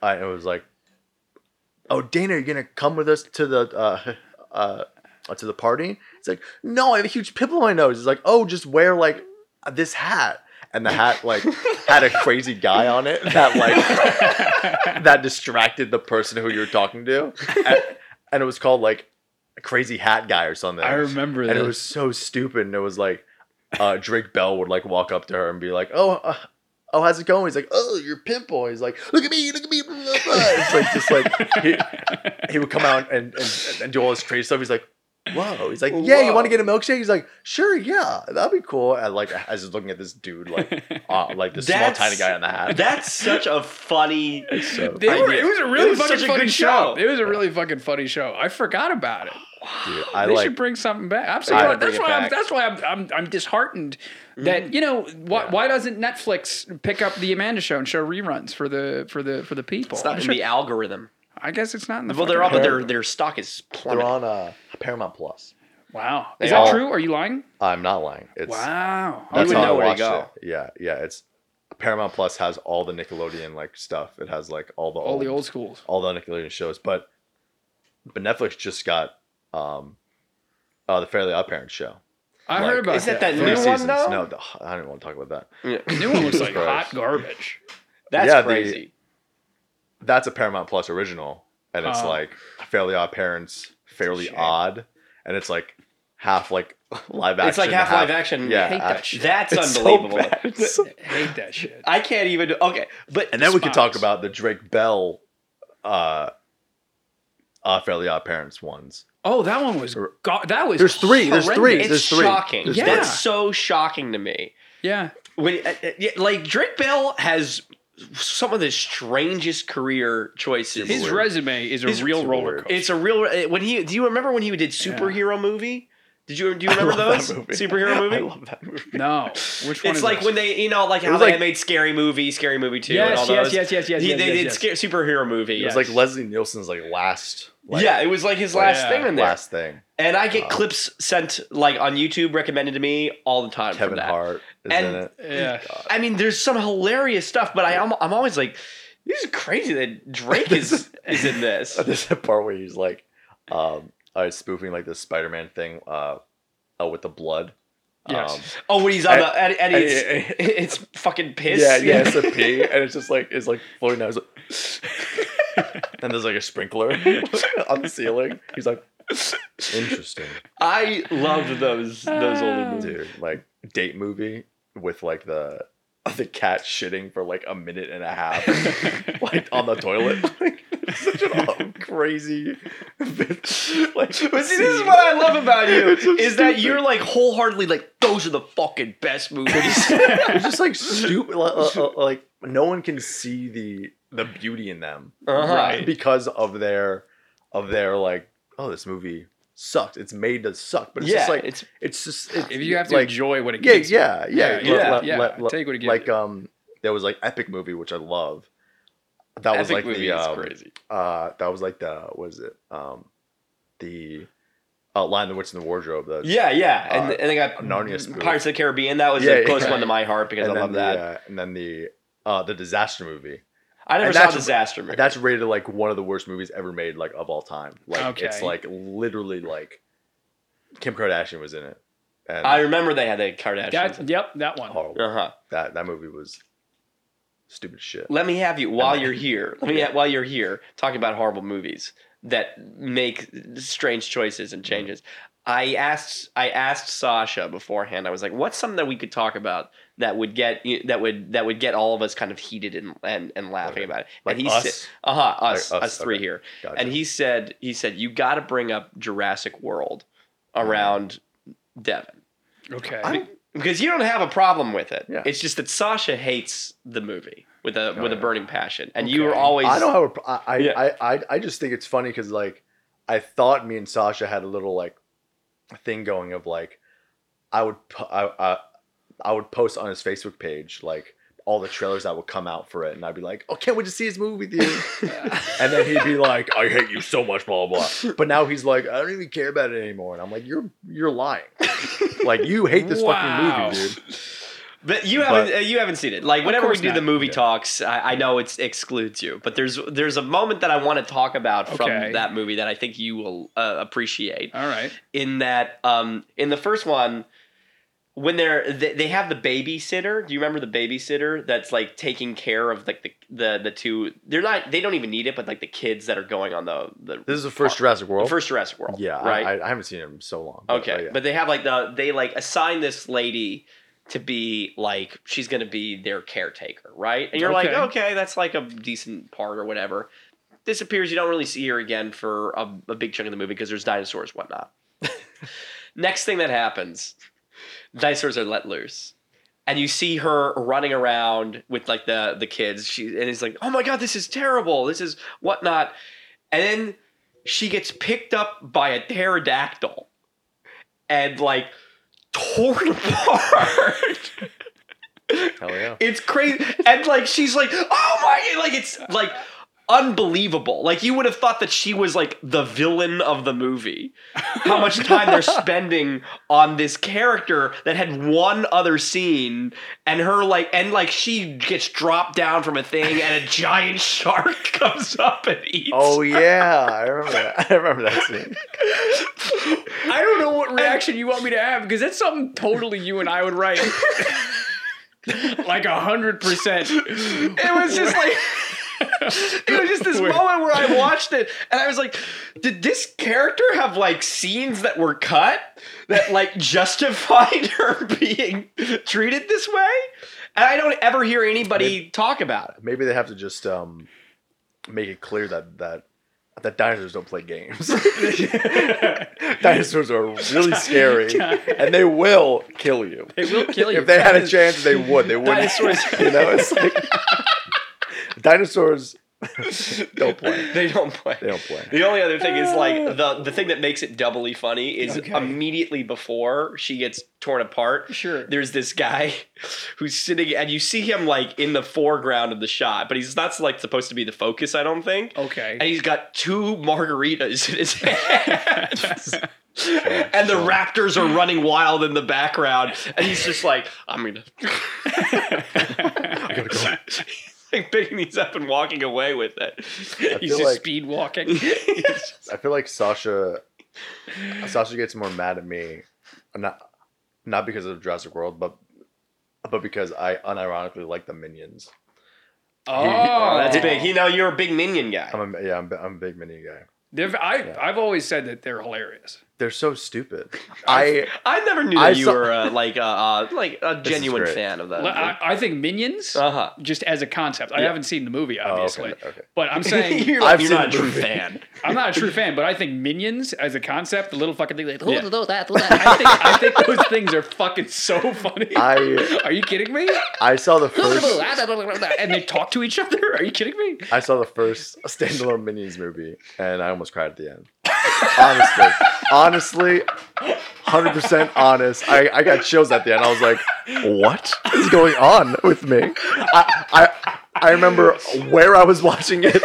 Speaker 1: I it was like, oh Dana, you're gonna come with us to the uh, uh, uh, to the party? It's like, no, I have a huge pimple on my nose. It's like, oh, just wear like this hat. and the hat like had a crazy guy on it that like that distracted the person who you were talking to, and, and it was called like crazy hat guy or something.
Speaker 3: I remember
Speaker 1: and
Speaker 3: that.
Speaker 1: it was so stupid. And it was like uh, Drake Bell would like walk up to her and be like, "Oh, uh, oh, how's it going?" He's like, "Oh, you're pimple." He's like, "Look at me, look at me." Blah, blah, blah. It's like just like he, he would come out and, and and do all this crazy stuff. He's like. Whoa! He's like, yeah. You
Speaker 2: Whoa.
Speaker 1: want to get a milkshake? He's like, sure, yeah, that'd be cool. And like, as he's looking at this dude, like, uh, like this small
Speaker 2: That's-
Speaker 1: tiny guy on the hat.
Speaker 2: That's such a funny.
Speaker 1: so,
Speaker 3: They were-
Speaker 2: idea.
Speaker 3: it was a really
Speaker 2: It was
Speaker 3: fucking
Speaker 2: such a
Speaker 3: funny
Speaker 2: good
Speaker 3: show.
Speaker 2: show.
Speaker 3: It was a really fucking funny show. I forgot about it.
Speaker 1: dude, I
Speaker 3: they
Speaker 1: like.
Speaker 3: should bring something back. I'm
Speaker 1: I
Speaker 3: sorry.
Speaker 1: would
Speaker 3: that's
Speaker 2: bring it
Speaker 3: why. I'm,
Speaker 2: back. Mm-hmm.
Speaker 3: that's why I'm, I'm, I'm disheartened that you know why, why doesn't Netflix pick up the Amanda Show and show reruns for the for the for the people?
Speaker 2: It's not
Speaker 3: I,
Speaker 2: in
Speaker 3: should-
Speaker 2: the algorithm.
Speaker 3: I guess it's not in the.
Speaker 2: Well, they're all,
Speaker 3: fucking-
Speaker 2: but their their stock is
Speaker 1: they're
Speaker 2: plummeting.
Speaker 1: on uh, Paramount Plus.
Speaker 3: Wow,
Speaker 2: they
Speaker 3: is that
Speaker 1: all-
Speaker 3: true? Are you lying?
Speaker 1: I'm not lying. It's
Speaker 3: Wow. Oh,
Speaker 1: That's
Speaker 2: would
Speaker 1: how
Speaker 2: know
Speaker 1: I
Speaker 2: where to
Speaker 1: watched
Speaker 2: go.
Speaker 1: it. Yeah, yeah. It's Paramount Plus has all the Nickelodeon like stuff. It has like all the
Speaker 3: all the old schools.
Speaker 1: all the Nickelodeon shows. But but Netflix just got um uh the Fairly Odd Parents show.
Speaker 3: I
Speaker 1: Like-
Speaker 3: heard about
Speaker 2: Is that
Speaker 3: that.
Speaker 2: that
Speaker 1: Three
Speaker 2: new one,
Speaker 1: seasons.
Speaker 2: though?
Speaker 1: No, the- I don't even want to talk about that.
Speaker 3: The new one looks like
Speaker 1: Christ.
Speaker 3: hot garbage.
Speaker 2: That's
Speaker 1: Yeah, the-
Speaker 2: crazy.
Speaker 1: That's a Paramount Plus original, and it's
Speaker 3: Oh.
Speaker 1: like Fairly Odd Parents, Fairly
Speaker 3: shame.
Speaker 1: Odd, and it's like half like live action.
Speaker 2: it's like
Speaker 1: and
Speaker 2: half live action.
Speaker 1: Yeah,
Speaker 3: I hate that
Speaker 1: I-
Speaker 3: shit.
Speaker 2: That's
Speaker 1: It's so
Speaker 2: unbelievable.
Speaker 1: bad. It's so-
Speaker 3: I hate that shit.
Speaker 2: I can't even. Okay, but
Speaker 1: And then we could talk
Speaker 3: Spots.
Speaker 1: about the Drake Bell, uh, uh, Fairly Odd Parents ones.
Speaker 3: Oh, that one was. Go- that was.
Speaker 1: There's three, there's
Speaker 3: horrendous.
Speaker 1: three.
Speaker 2: it's
Speaker 1: there's
Speaker 2: shocking.
Speaker 1: There's
Speaker 3: Yeah.
Speaker 2: That's so shocking to me.
Speaker 3: Yeah.
Speaker 2: When uh, uh, yeah, like Drake Bell has some of the strangest career choices.
Speaker 3: His
Speaker 1: Weird.
Speaker 3: resume is a
Speaker 2: He's
Speaker 3: real
Speaker 1: super
Speaker 3: roller
Speaker 1: weird.
Speaker 3: coaster.
Speaker 2: It's a real uh, when he. Do you remember when he did superhero movie? Did you do you remember
Speaker 1: love
Speaker 2: those
Speaker 1: that movie.
Speaker 2: superhero movie?
Speaker 1: I love that movie.
Speaker 3: no. Which one?
Speaker 2: It's
Speaker 3: is
Speaker 2: like
Speaker 3: this?
Speaker 2: when they, you know, like how
Speaker 1: was
Speaker 2: they
Speaker 1: like-
Speaker 2: made Scary Movie, Scary Movie Two, and all
Speaker 3: Yes, yes,
Speaker 2: those.
Speaker 3: yes, yes, yes,
Speaker 2: He-
Speaker 3: yes,
Speaker 2: they
Speaker 3: yes,
Speaker 2: did
Speaker 3: yes.
Speaker 2: sca- superhero movie.
Speaker 1: It was like Leslie Nielsen's like last. Like, oh,
Speaker 2: yeah, it was like his last
Speaker 3: Yeah.
Speaker 2: thing in there.
Speaker 1: last thing.
Speaker 2: And I get clips sent like on YouTube, recommended to me all the time. from
Speaker 1: Kevin
Speaker 2: that.
Speaker 1: Hart is in
Speaker 2: And-
Speaker 1: it.
Speaker 3: Yeah.
Speaker 2: I mean, there's some hilarious stuff, but I, am I'm always like, this is crazy that Drake is is in this.
Speaker 1: There's a part where he's like, um, I was spoofing like the Spider-Man thing, uh, uh, with the blood. Um,
Speaker 3: Yes.
Speaker 2: Oh, when he's on
Speaker 1: And-
Speaker 2: the and, and
Speaker 1: and-
Speaker 2: it's, it's fucking piss.
Speaker 1: yeah, yeah, it's a pee, and it's just like it's like floating out. It's like, and there's like a sprinkler on the ceiling. He's like, interesting,
Speaker 2: I loved those those older movies.
Speaker 1: dude. Like date movie with like the the cat shitting for like a minute and a
Speaker 3: Um,
Speaker 1: half, like on the toilet. Like, such an awful, crazy. like,
Speaker 2: But see, this is what I love about you is
Speaker 1: It's so
Speaker 2: that
Speaker 1: stupid.
Speaker 2: you're like wholeheartedly like those are the fucking best movies.
Speaker 1: It's just like stupid. li- li- li- Like no one can see the the beauty in them
Speaker 2: Uh-huh.
Speaker 3: Right.
Speaker 1: because of their of their like oh this movie sucks. It's made to suck, but it's
Speaker 2: yeah,
Speaker 1: just like
Speaker 2: it's
Speaker 1: it's just it's,
Speaker 3: If you have to
Speaker 1: like
Speaker 3: enjoy what it
Speaker 1: yeah
Speaker 3: gives. you.
Speaker 1: yeah yeah
Speaker 3: Yeah, yeah,
Speaker 1: Like-
Speaker 3: yeah.
Speaker 1: like- like-
Speaker 3: Take what it gives
Speaker 1: Like um, there was like epic movie which I love. That was
Speaker 2: epic
Speaker 1: like
Speaker 2: movie
Speaker 1: the
Speaker 2: is
Speaker 1: um,
Speaker 2: crazy.
Speaker 1: uh that was like the what is it um the uh, line the witch in the wardrobe the
Speaker 2: Yeah, yeah, and,
Speaker 1: uh,
Speaker 2: and they got
Speaker 1: Narnia spoof.
Speaker 2: Pirates of the Caribbean. That was
Speaker 1: Yeah,
Speaker 2: a
Speaker 1: yeah,
Speaker 2: close
Speaker 1: yeah.
Speaker 2: one to my heart because
Speaker 1: and
Speaker 2: I
Speaker 1: then
Speaker 2: love
Speaker 1: the,
Speaker 2: that.
Speaker 1: uh, and then the uh the disaster movie.
Speaker 2: I never
Speaker 1: and
Speaker 2: saw
Speaker 1: that's-
Speaker 2: Disaster Movie.
Speaker 1: That's rated like one of the worst movies ever made, like of all time. Like it's
Speaker 3: Okay.
Speaker 1: like literally like Kim Kardashian was in it. And
Speaker 2: I remember they had the
Speaker 3: uh,
Speaker 2: Kardashians.
Speaker 3: That, yep, that one.
Speaker 1: horrible.
Speaker 2: Uh huh.
Speaker 1: That that movie was stupid shit.
Speaker 2: Let me have you while
Speaker 1: then-
Speaker 2: you're here. Let me ha- while you're here talking about horrible movies that make strange choices
Speaker 1: Mm-hmm.
Speaker 2: and changes. I asked I asked Sasha beforehand. I was like, "What's something that we could talk about that would get that would that would get all of us kind of heated and and, and laughing
Speaker 1: Okay.
Speaker 2: about it?"
Speaker 1: Like
Speaker 2: and
Speaker 1: us?
Speaker 2: uh huh, us,
Speaker 1: Like
Speaker 2: us,
Speaker 1: us,
Speaker 2: three
Speaker 1: okay.
Speaker 2: here.
Speaker 1: Gotcha.
Speaker 2: And he said he said you got to bring up Jurassic World around Devin
Speaker 3: Okay.
Speaker 1: I'm-
Speaker 2: because you don't have a problem with it.
Speaker 1: Yeah. Oh,
Speaker 2: It's just that Sasha hates the movie with a with a
Speaker 1: yeah.
Speaker 2: burning passion, and you
Speaker 3: Okay.
Speaker 2: were always
Speaker 1: I don't have a pro- I I,
Speaker 2: Yeah.
Speaker 1: I, I I just think it's funny because like I thought me and Sasha had a little like thing going of like I would pu- I, I I would post on his Facebook page like all the trailers that would come out for it, and I'd be like, "Oh, can't wait to see his movie with you." and then he'd be like, "I hate you so much," blah blah. blah. But now he's like, "I don't even care about it anymore," and I'm like, "You're you're lying. like you hate this
Speaker 3: Wow.
Speaker 1: fucking movie, dude."
Speaker 2: But you haven't
Speaker 1: But-
Speaker 2: uh, you haven't seen it. Like whenever we
Speaker 3: course
Speaker 2: do
Speaker 3: not.
Speaker 2: the movie
Speaker 1: Yeah.
Speaker 2: talks, I, I know it excludes you. But there's there's a moment that I want to talk about
Speaker 3: Okay.
Speaker 2: from that movie that I think you will uh, appreciate.
Speaker 3: All right.
Speaker 2: In that um, in the first one, when they're they, they have the babysitter. Do you remember the babysitter that's like taking care of like the the the two? They're not. They don't even need it, but like the kids that are going on the the,
Speaker 1: This is the first Jurassic World.
Speaker 2: first Jurassic World.
Speaker 1: yeah, I-
Speaker 2: right.
Speaker 1: I, I haven't seen it in so long. but,
Speaker 2: Okay,
Speaker 1: uh, yeah.
Speaker 2: but they have like the they like assign this lady to be like she's gonna be their caretaker, right? And you're
Speaker 3: Okay.
Speaker 2: like, okay, that's like a decent part or whatever. Disappears. You don't really see her again for a, a big chunk of the movie because there's dinosaurs, and whatnot. Next thing that happens, dinosaurs are let loose. And you see her running around with like the the kids. She and it's like, oh my god, this is terrible. This is whatnot. And then she gets picked up by a pterodactyl and like torn apart.
Speaker 1: hell yeah.
Speaker 2: it's crazy. And like she's like, oh my like it's like unbelievable. Like you would have thought that she was like the villain of the movie. How much time they're spending on this character that had one other scene and her like and like she gets dropped down from a thing and a giant shark comes up and eats.
Speaker 1: Oh yeah, I remember that. I remember that scene.
Speaker 3: I don't know what reaction you want me to have because that's something totally you and I would write. like a hundred percent.
Speaker 2: It was just like it was just this
Speaker 3: Where-
Speaker 2: moment where I watched it and I was like, did this character have like scenes that were cut that like justified her being treated this way? And I don't ever hear anybody talk about it.
Speaker 1: Maybe they have to just um, make it clear that that that dinosaurs don't play games. dinosaurs are really scary, and they will kill you.
Speaker 3: It will kill you.
Speaker 1: If they had a chance, they would. They wouldn't. Dinosaurs, you know, it's like dinosaurs don't play.
Speaker 2: They don't play.
Speaker 1: They don't play.
Speaker 2: The only other thing is like the the thing that makes it doubly funny is
Speaker 3: Okay.
Speaker 2: immediately before she gets torn apart.
Speaker 3: Sure.
Speaker 2: There's this guy who's sitting and you see him like in the foreground of the shot, but he's not like supposed to be the focus, I don't think. And
Speaker 3: Okay.
Speaker 2: he's got two margaritas in his hands. and the raptors are running wild in the background, and he's just like, "I'm gonna."
Speaker 1: I gotta go.
Speaker 2: like picking these up and walking away with it.
Speaker 3: He's
Speaker 1: feel
Speaker 3: just
Speaker 1: like-
Speaker 3: speed walking.
Speaker 1: I feel like Sasha Sasha gets more mad at me not not because of Jurassic World, but but because I unironically like the minions.
Speaker 3: Oh,
Speaker 2: That's big. You know, you're a big minion guy.
Speaker 1: I'm a, yeah, I'm, I'm a big minion guy.
Speaker 3: They've- I,
Speaker 1: Yeah.
Speaker 3: I've always said that they're hilarious.
Speaker 1: They're so stupid. I
Speaker 2: I never knew that
Speaker 1: I
Speaker 2: you
Speaker 1: saw-
Speaker 2: were uh, like uh, uh, like a
Speaker 1: is
Speaker 2: genuine
Speaker 1: great.
Speaker 2: fan of that.
Speaker 3: Well, I, I think Minions,
Speaker 2: uh huh.
Speaker 3: just as a concept, I
Speaker 1: Uh, Uh-huh. Yeah.
Speaker 3: haven't seen the movie,
Speaker 1: oh,
Speaker 3: obviously.
Speaker 1: okay, okay.
Speaker 3: But I'm saying,
Speaker 2: you're,
Speaker 1: I've
Speaker 2: you're
Speaker 1: seen
Speaker 2: not a
Speaker 1: the
Speaker 2: true
Speaker 1: movie.
Speaker 2: fan.
Speaker 3: I'm not a true fan, but I think Minions, as a concept, the little fucking thing, like,
Speaker 2: Yeah.
Speaker 3: I, think, I think those things are fucking so funny.
Speaker 1: I
Speaker 3: are you kidding me?
Speaker 1: I saw the first
Speaker 3: and they talk to each other. Are you kidding me?
Speaker 1: I saw the first standalone minions movie and I almost cried at the end. Honestly. Honestly, 100% honest. I, I got chills at the end. I was like, what is going on with me? I, I, I remember where I was watching it.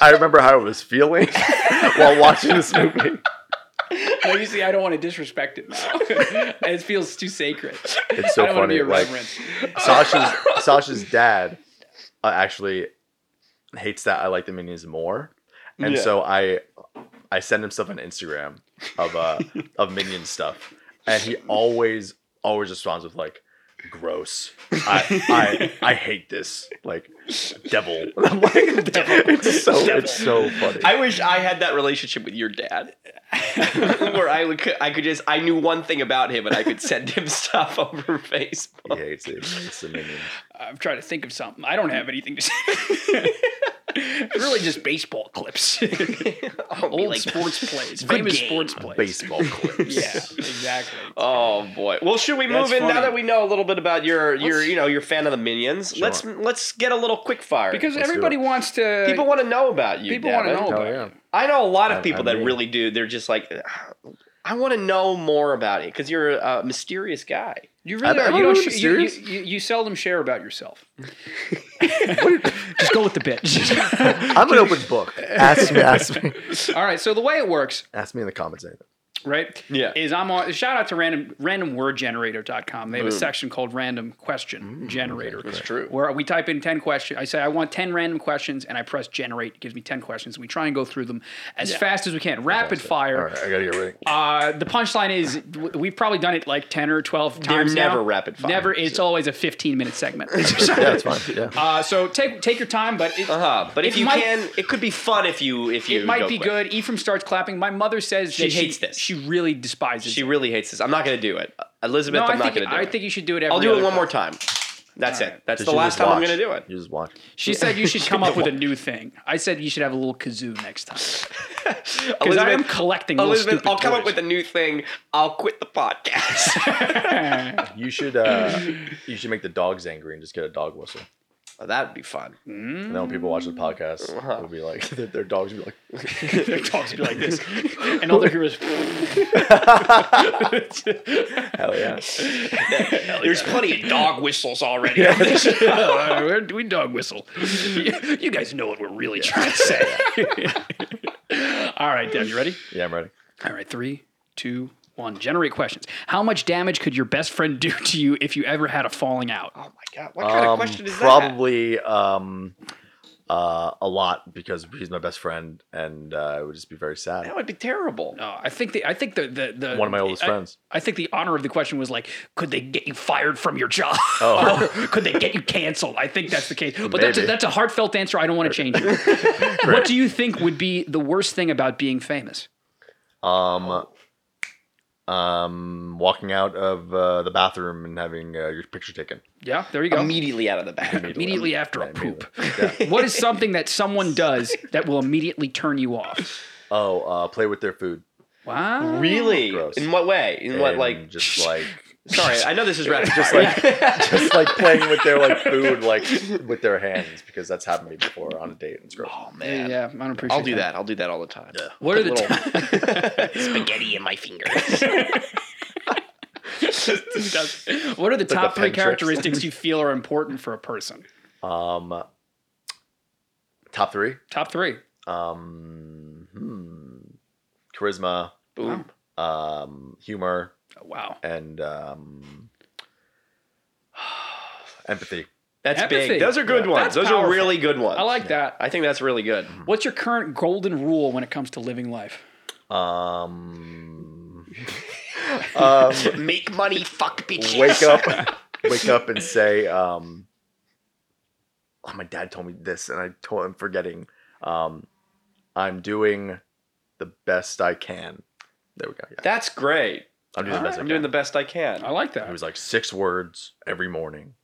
Speaker 1: I remember how I was feeling while watching this movie.
Speaker 3: Well, you see, I don't want to disrespect it now. it feels too sacred.
Speaker 1: It's so
Speaker 3: I don't want to be
Speaker 1: funny. Like,
Speaker 3: irreverent.
Speaker 1: Sasha's, Sasha's dad uh, actually hates that I like the minions more. And
Speaker 2: Yeah.
Speaker 1: so I I send him stuff on Instagram of uh of minion stuff. And he always always responds with like gross. I I, I hate this. Like devil. I'm like It's so it's so funny.
Speaker 2: I wish I had that relationship with your dad, where I would I could just I knew one thing about him and I could send him stuff over
Speaker 1: he
Speaker 2: Facebook.
Speaker 1: hates it. It's the minions.
Speaker 3: I'm trying to think of something. I don't have anything to say. It's really, just baseball clips,
Speaker 2: I'll be
Speaker 3: old
Speaker 2: like,
Speaker 3: sports plays,
Speaker 2: Good
Speaker 3: famous
Speaker 2: game.
Speaker 3: sports plays.
Speaker 1: Baseball clips.
Speaker 3: Yeah, exactly.
Speaker 2: Oh boy! Well, should we
Speaker 3: That's
Speaker 2: move in
Speaker 3: funny.
Speaker 2: now that we know a little bit about your your you know your fan of the minions?
Speaker 1: Sure.
Speaker 2: Let's let's get a little quick fire
Speaker 3: Because
Speaker 1: Let's do
Speaker 3: everybody
Speaker 1: it.
Speaker 3: wants to.
Speaker 2: people want to know about you.
Speaker 3: people want to
Speaker 2: Davin.
Speaker 3: know
Speaker 1: Oh
Speaker 3: about.
Speaker 1: yeah.
Speaker 3: it.
Speaker 2: I know a lot
Speaker 1: I-
Speaker 2: of people
Speaker 1: I
Speaker 2: that
Speaker 1: mean-
Speaker 2: really do. They're just like, I want to know more about it because you're a mysterious guy.
Speaker 3: You
Speaker 1: I'm-
Speaker 3: really are.
Speaker 1: I'm
Speaker 3: You, don't
Speaker 1: really
Speaker 3: sh- you, you,
Speaker 1: serious.
Speaker 3: you, you seldom share about yourself. just go with the bitch.
Speaker 1: I'm an open book. Ask me ask me.
Speaker 3: All right. So the way it works
Speaker 1: Ask me in the comments. Nathan.
Speaker 3: right?
Speaker 2: Yeah.
Speaker 3: Is I'm on shout out to random randomwordgenerator.com. They have a section called random question generator. That's
Speaker 2: true.
Speaker 3: Where we type in 10 questions. I say I want 10 random questions and I press generate, it gives me 10 questions. We try and go through them as fast as we can. Rapid fire.
Speaker 1: All right, I gotta get ready.
Speaker 3: Uh, the punchline is w- we've probably done it like 10 or 12 times now.
Speaker 2: never rapid fire.
Speaker 3: Never. It's always a 15 minute segment.
Speaker 1: yeah, it's fine. Yeah.
Speaker 3: uh, so take take your time, but it,
Speaker 2: Uh-huh. But if
Speaker 3: It
Speaker 2: you
Speaker 3: might-
Speaker 2: can, it could be fun if you if you
Speaker 3: it might
Speaker 2: go
Speaker 3: be
Speaker 2: quick.
Speaker 3: good. Ephraim starts clapping. My mother says
Speaker 2: She
Speaker 3: that
Speaker 2: hates this.
Speaker 3: She really despises
Speaker 2: She
Speaker 3: it.
Speaker 2: really hates this. I'm not gonna do it, Elizabeth.
Speaker 3: No,
Speaker 2: I'm
Speaker 3: I
Speaker 2: not
Speaker 3: think,
Speaker 2: gonna do
Speaker 3: I
Speaker 2: it.
Speaker 3: think you should do it every
Speaker 2: I'll do it
Speaker 3: other
Speaker 2: one more
Speaker 3: time.
Speaker 2: time. That's
Speaker 3: All
Speaker 2: it.
Speaker 3: right.
Speaker 2: That's
Speaker 1: You
Speaker 2: the
Speaker 1: should
Speaker 2: last
Speaker 1: just
Speaker 2: time I'm
Speaker 1: watch.
Speaker 2: gonna do it.
Speaker 1: You just watch.
Speaker 3: She said you should come up with a new thing. I said you should have a little kazoo next time. Because I am collecting little
Speaker 2: Elizabeth,
Speaker 3: stupid
Speaker 2: I'll come up
Speaker 3: toys.
Speaker 2: with a new thing. I'll quit the podcast.
Speaker 1: You should uh, you should make the dogs angry and just get a dog whistle.
Speaker 2: Oh, that'd be fun.
Speaker 1: And then when people watch the podcast,
Speaker 2: Mm.
Speaker 1: it'll be like their, their dogs will be like,
Speaker 3: Their dogs be like this. And all their heroes.
Speaker 1: hell yeah.
Speaker 2: There's plenty of dog whistles already.
Speaker 3: we dog whistle. You guys know what we're really trying to say. all right, Dan, you ready?
Speaker 1: Yeah, I'm ready.
Speaker 3: All right, three, two, one. Generate questions. How much damage could your best friend do to you if you ever had a falling out?
Speaker 2: Oh my god! What kind
Speaker 1: Um,
Speaker 2: of question is that?
Speaker 1: probably um, uh, a lot because he's my best friend and uh, it would just be very sad.
Speaker 2: That would uh, be terrible.
Speaker 3: No, Uh, I think the I think the the, the
Speaker 1: One of my oldest
Speaker 3: I-
Speaker 1: friends.
Speaker 3: I think the honor of the question was like, could they get you fired from your job?
Speaker 1: Oh.
Speaker 3: Or could they get you canceled? I think that's the case. But that's a,
Speaker 1: Maybe.
Speaker 3: that's a heartfelt answer. I don't want to change it. what do you think would be the worst thing about being famous?
Speaker 1: Um, um, walking out of uh, the bathroom and having uh, your picture taken.
Speaker 3: Yeah, there you go.
Speaker 2: Immediately out of the bag.
Speaker 3: Immediately after a poop. What is something that someone does that will immediately turn you off?
Speaker 1: Oh, uh, play with their food.
Speaker 3: Wow.
Speaker 2: Really?
Speaker 1: Gross.
Speaker 2: In what way? In what
Speaker 1: And
Speaker 2: like?
Speaker 1: just like
Speaker 2: Sorry, I know this is rapid.
Speaker 1: just
Speaker 2: fire.
Speaker 1: like just like playing with their like food like with their hands because that's happened to me before on a date. It's gross.
Speaker 2: oh
Speaker 3: Yeah,
Speaker 2: man.
Speaker 3: yeah, I don't appreciate
Speaker 2: I'll do that. I'll do that all the time.
Speaker 3: What are the
Speaker 2: Little-
Speaker 3: ti-
Speaker 2: Spaghetti in my finger.
Speaker 3: What are the
Speaker 1: like the
Speaker 3: top three
Speaker 1: pen tricks.
Speaker 3: characteristics you feel are important for a person?
Speaker 1: Um, top three.
Speaker 3: Top three.
Speaker 1: Um, hmm, charisma,
Speaker 2: Boom.
Speaker 1: um, humor,
Speaker 3: Oh, Wow.
Speaker 1: and um, empathy.
Speaker 2: That's
Speaker 3: Empathy.
Speaker 2: big. Those are good
Speaker 1: Yeah.
Speaker 2: ones.
Speaker 3: That's
Speaker 2: Those
Speaker 3: powerful.
Speaker 2: are really good ones.
Speaker 3: I like that.
Speaker 2: I think that's really good.
Speaker 3: What's your current golden rule when it comes to living life?
Speaker 1: Um, um,
Speaker 2: Make money, fuck bitches.
Speaker 1: wake up, wake up, and say, um, "Oh, my dad told me this, and I told I'm forgetting. Um, I'm doing the best I can." There we go. Yeah.
Speaker 2: That's great.
Speaker 1: I'm doing the best.
Speaker 2: I'm
Speaker 1: I
Speaker 2: doing
Speaker 1: can.
Speaker 2: the best I can.
Speaker 3: I like
Speaker 1: it
Speaker 3: that.
Speaker 1: was like six words every morning.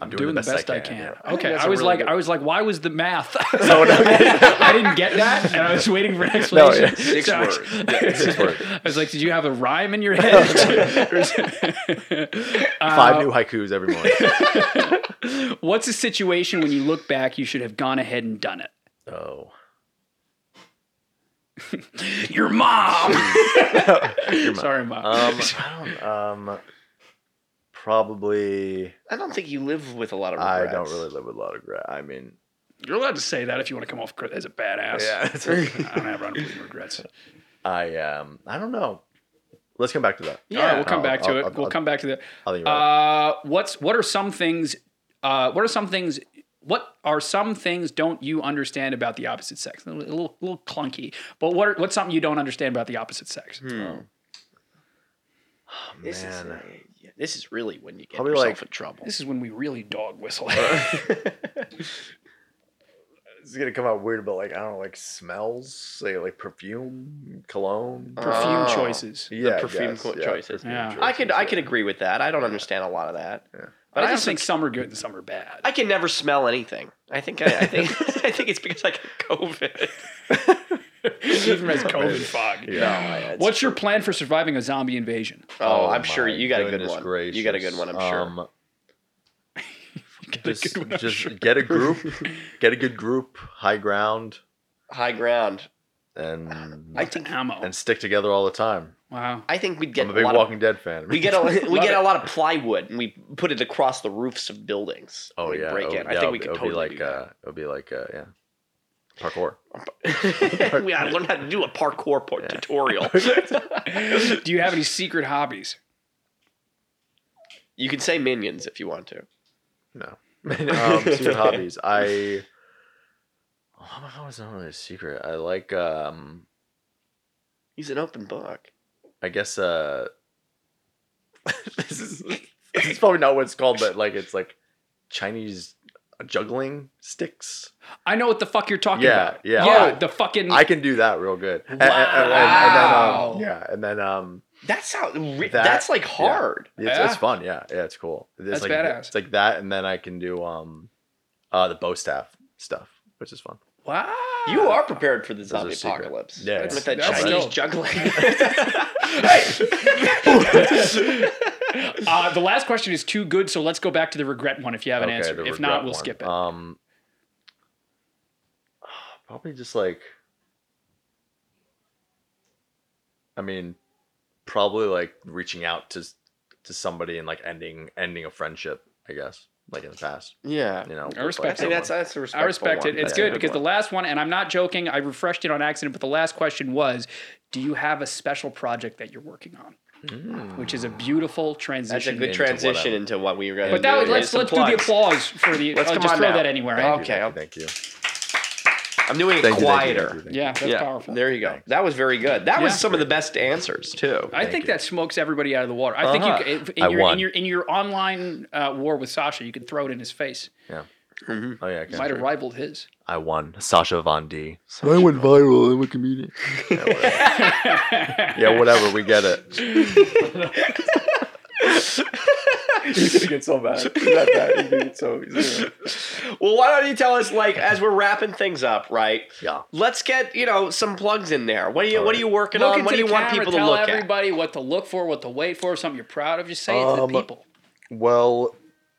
Speaker 1: I'm doing,
Speaker 3: Doing the best I can.
Speaker 1: yeah. Oh,
Speaker 2: think
Speaker 3: Okay,
Speaker 2: that's
Speaker 3: I
Speaker 2: a
Speaker 3: was
Speaker 2: really
Speaker 3: like,
Speaker 2: good-
Speaker 3: I was like, why was the math?
Speaker 1: So what I-
Speaker 3: I didn't get that, and I was waiting for an explanation.
Speaker 1: yeah.
Speaker 2: Six
Speaker 3: I-
Speaker 2: words.
Speaker 1: six words.
Speaker 3: I was like, did you have a rhyme in your head? Or is- Uh,
Speaker 1: Five new haikus every morning.
Speaker 3: What's a situation when you look back, you should have gone ahead and done it?
Speaker 1: oh.
Speaker 3: Your mom.
Speaker 1: Your mom.
Speaker 3: Sorry, mom.
Speaker 1: Um, I don't, um, probably.
Speaker 2: I don't think you live with a lot of
Speaker 1: I
Speaker 2: regrets.
Speaker 1: don't really live with a lot of regret. I mean,
Speaker 3: You're allowed to say that if you want to come off as a badass.
Speaker 1: it's okay.
Speaker 3: I don't have unbelievable regrets.
Speaker 1: I um, I don't know. Let's come back to that.
Speaker 3: All right, we'll come
Speaker 1: I'll-
Speaker 3: back to
Speaker 1: I'll-
Speaker 3: it.
Speaker 1: I'll-
Speaker 3: we'll
Speaker 1: I'll-
Speaker 3: come back to that.
Speaker 1: I think you're right.
Speaker 3: Uh, what's what are some things? Uh, what are some things? What are some things don't you understand about the opposite sex? A little, a little, little clunky, but what are, what's something you don't understand about the opposite sex?
Speaker 1: Hmm. Oh,
Speaker 2: This is,
Speaker 1: man.
Speaker 2: uh, yeah, this is really when you get
Speaker 1: Probably
Speaker 2: yourself
Speaker 1: like-
Speaker 2: in trouble.
Speaker 3: This is when we really dog whistle.
Speaker 1: it's gonna come out weird, but like I don't know, like smells, say like perfume, cologne,
Speaker 3: Perfume
Speaker 2: Oh.
Speaker 3: choices.
Speaker 1: yeah, I
Speaker 2: perfume
Speaker 1: guess,
Speaker 2: co-
Speaker 1: yeah,
Speaker 2: choices.
Speaker 1: Uh, perfume
Speaker 3: Yeah.
Speaker 2: I could
Speaker 1: choices,
Speaker 2: I
Speaker 1: yeah.
Speaker 2: could agree with that. I don't understand a lot of that.
Speaker 1: Yeah.
Speaker 2: But
Speaker 3: I
Speaker 2: I,
Speaker 3: just
Speaker 2: also
Speaker 3: think some are good and some are bad.
Speaker 2: I can never smell anything. I think I, I think I think it's because I got COVID.
Speaker 3: Even as COVID fog.
Speaker 1: Yeah.
Speaker 3: What's your plan for surviving a zombie invasion?
Speaker 2: Oh,
Speaker 1: Oh,
Speaker 2: I'm sure
Speaker 1: my
Speaker 2: you got a good
Speaker 1: goodness
Speaker 2: one.
Speaker 1: gracious.
Speaker 2: You got a good one. I'm sure.
Speaker 1: Um, just just get a group, get a good group, high ground,
Speaker 2: High ground.
Speaker 1: and
Speaker 2: I think
Speaker 3: ammo.
Speaker 1: and stick together all the time.
Speaker 3: wow.
Speaker 2: I think we'd get
Speaker 1: I'm a
Speaker 2: a
Speaker 1: big
Speaker 2: lot
Speaker 1: Walking
Speaker 2: of,
Speaker 1: Dead fan.
Speaker 2: we get a we
Speaker 3: Love
Speaker 2: get
Speaker 3: it.
Speaker 2: a lot of plywood and we put it across the roofs of buildings.
Speaker 1: oh
Speaker 2: We'd
Speaker 1: yeah,
Speaker 2: break
Speaker 1: oh,
Speaker 2: in.
Speaker 1: yeah,
Speaker 2: I think we
Speaker 1: it'll
Speaker 2: could
Speaker 1: be- it'll
Speaker 2: totally
Speaker 1: be like
Speaker 2: do that.
Speaker 1: uh, it'll be like uh, yeah, Parkour. uh,
Speaker 2: we gotta learn how to do a parkour por- tutorial.
Speaker 3: Do you have any secret hobbies?
Speaker 2: you can say minions if you want to.
Speaker 1: No. um, secret hobbies. I. Oh, my phone is not really a secret. I like. um
Speaker 2: He's an open book.
Speaker 1: I guess. uh This is. This is probably not what it's called, but like it's like Chinese juggling sticks.
Speaker 3: I know what the fuck you're talking
Speaker 1: Yeah,
Speaker 3: about.
Speaker 1: yeah.
Speaker 3: yeah.
Speaker 1: Oh.
Speaker 3: The fucking
Speaker 1: I can do that real good. And, and- and- and then, um,
Speaker 3: Wow.
Speaker 1: yeah, and then um,
Speaker 2: That sounds re-
Speaker 1: That-
Speaker 2: that's like hard.
Speaker 1: it's,
Speaker 3: Yeah.
Speaker 1: it's fun. Yeah, yeah, it's cool. It's
Speaker 3: That's
Speaker 1: like,
Speaker 3: badass.
Speaker 1: It's like that, and then I can do um, uh, the bow staff stuff, which is fun.
Speaker 3: wow.
Speaker 2: You are prepared for the
Speaker 1: are
Speaker 2: zombie
Speaker 1: secret.
Speaker 2: apocalypse.
Speaker 1: Yeah, That's-
Speaker 2: with that
Speaker 3: that's
Speaker 2: Chinese
Speaker 3: dope.
Speaker 2: juggling.
Speaker 3: Uh, the last question is too good, so let's go back to the regret one if you have an answer.
Speaker 1: the
Speaker 3: If not,
Speaker 1: regret
Speaker 3: we'll
Speaker 1: one.
Speaker 3: skip it.
Speaker 1: Um, probably just like, I mean, probably like reaching out to to somebody and like ending ending a friendship. I guess like in the past,
Speaker 2: yeah,
Speaker 1: you know. with,
Speaker 2: I
Speaker 3: respect
Speaker 1: like,
Speaker 2: think that's
Speaker 1: someone.
Speaker 2: that's a respectful
Speaker 3: I respect
Speaker 2: one.
Speaker 3: it. It's
Speaker 2: That's a
Speaker 3: good because the
Speaker 2: one.
Speaker 3: last one, and I'm not joking, I refreshed it on accident, but the last question was Do you have a special project that you're working on? Which is a beautiful
Speaker 2: Hmm. that's a
Speaker 3: transition.
Speaker 2: good
Speaker 1: into
Speaker 2: transition
Speaker 1: whatever.
Speaker 2: into what we were going to
Speaker 3: but that
Speaker 2: do.
Speaker 3: was, let's,
Speaker 2: Some
Speaker 3: let's do the
Speaker 2: plugs.
Speaker 3: applause for the.
Speaker 2: Let's
Speaker 3: uh,
Speaker 2: come
Speaker 3: just
Speaker 2: on
Speaker 3: throw
Speaker 2: now.
Speaker 3: that anywhere.
Speaker 1: Thank you,
Speaker 2: Okay, I'll-
Speaker 1: thank you. Thank
Speaker 2: I'm doing
Speaker 1: you,
Speaker 2: it
Speaker 1: thank you, thank you,
Speaker 2: quieter.
Speaker 1: thank you, thank you.
Speaker 3: yeah, that's
Speaker 2: yeah,
Speaker 3: powerful.
Speaker 2: there you go. That was very good. That was
Speaker 3: Yeah.
Speaker 2: some of the best answers too.
Speaker 3: I think
Speaker 1: you.
Speaker 3: that smokes everybody out of the water. I
Speaker 2: Uh-huh.
Speaker 3: think you, if-
Speaker 1: I
Speaker 3: in, your, in
Speaker 1: won.
Speaker 3: your in your online uh, war with Sasha, you could throw it in his face.
Speaker 1: Oh yeah, I
Speaker 3: Might have
Speaker 1: can.
Speaker 3: rivaled his.
Speaker 1: I won. Sasha Von D.
Speaker 4: I went viral. I'm a comedian.
Speaker 1: Yeah, whatever. We get it. he's gonna get so bad. That bad. He's gonna get so. he's gonna-
Speaker 2: Well, why don't you tell us, like, as we're wrapping things up, right?
Speaker 1: Yeah.
Speaker 2: Let's get you know some plugs in there. What are you What are you working
Speaker 3: Look
Speaker 2: on?
Speaker 3: into
Speaker 2: What do you
Speaker 3: the
Speaker 2: want
Speaker 3: camera,
Speaker 2: people to
Speaker 3: tell
Speaker 2: look at? Do
Speaker 3: everybody what to look for, what to wait for, something you're proud of. Just say it to the
Speaker 1: Um,
Speaker 3: people.
Speaker 1: Well,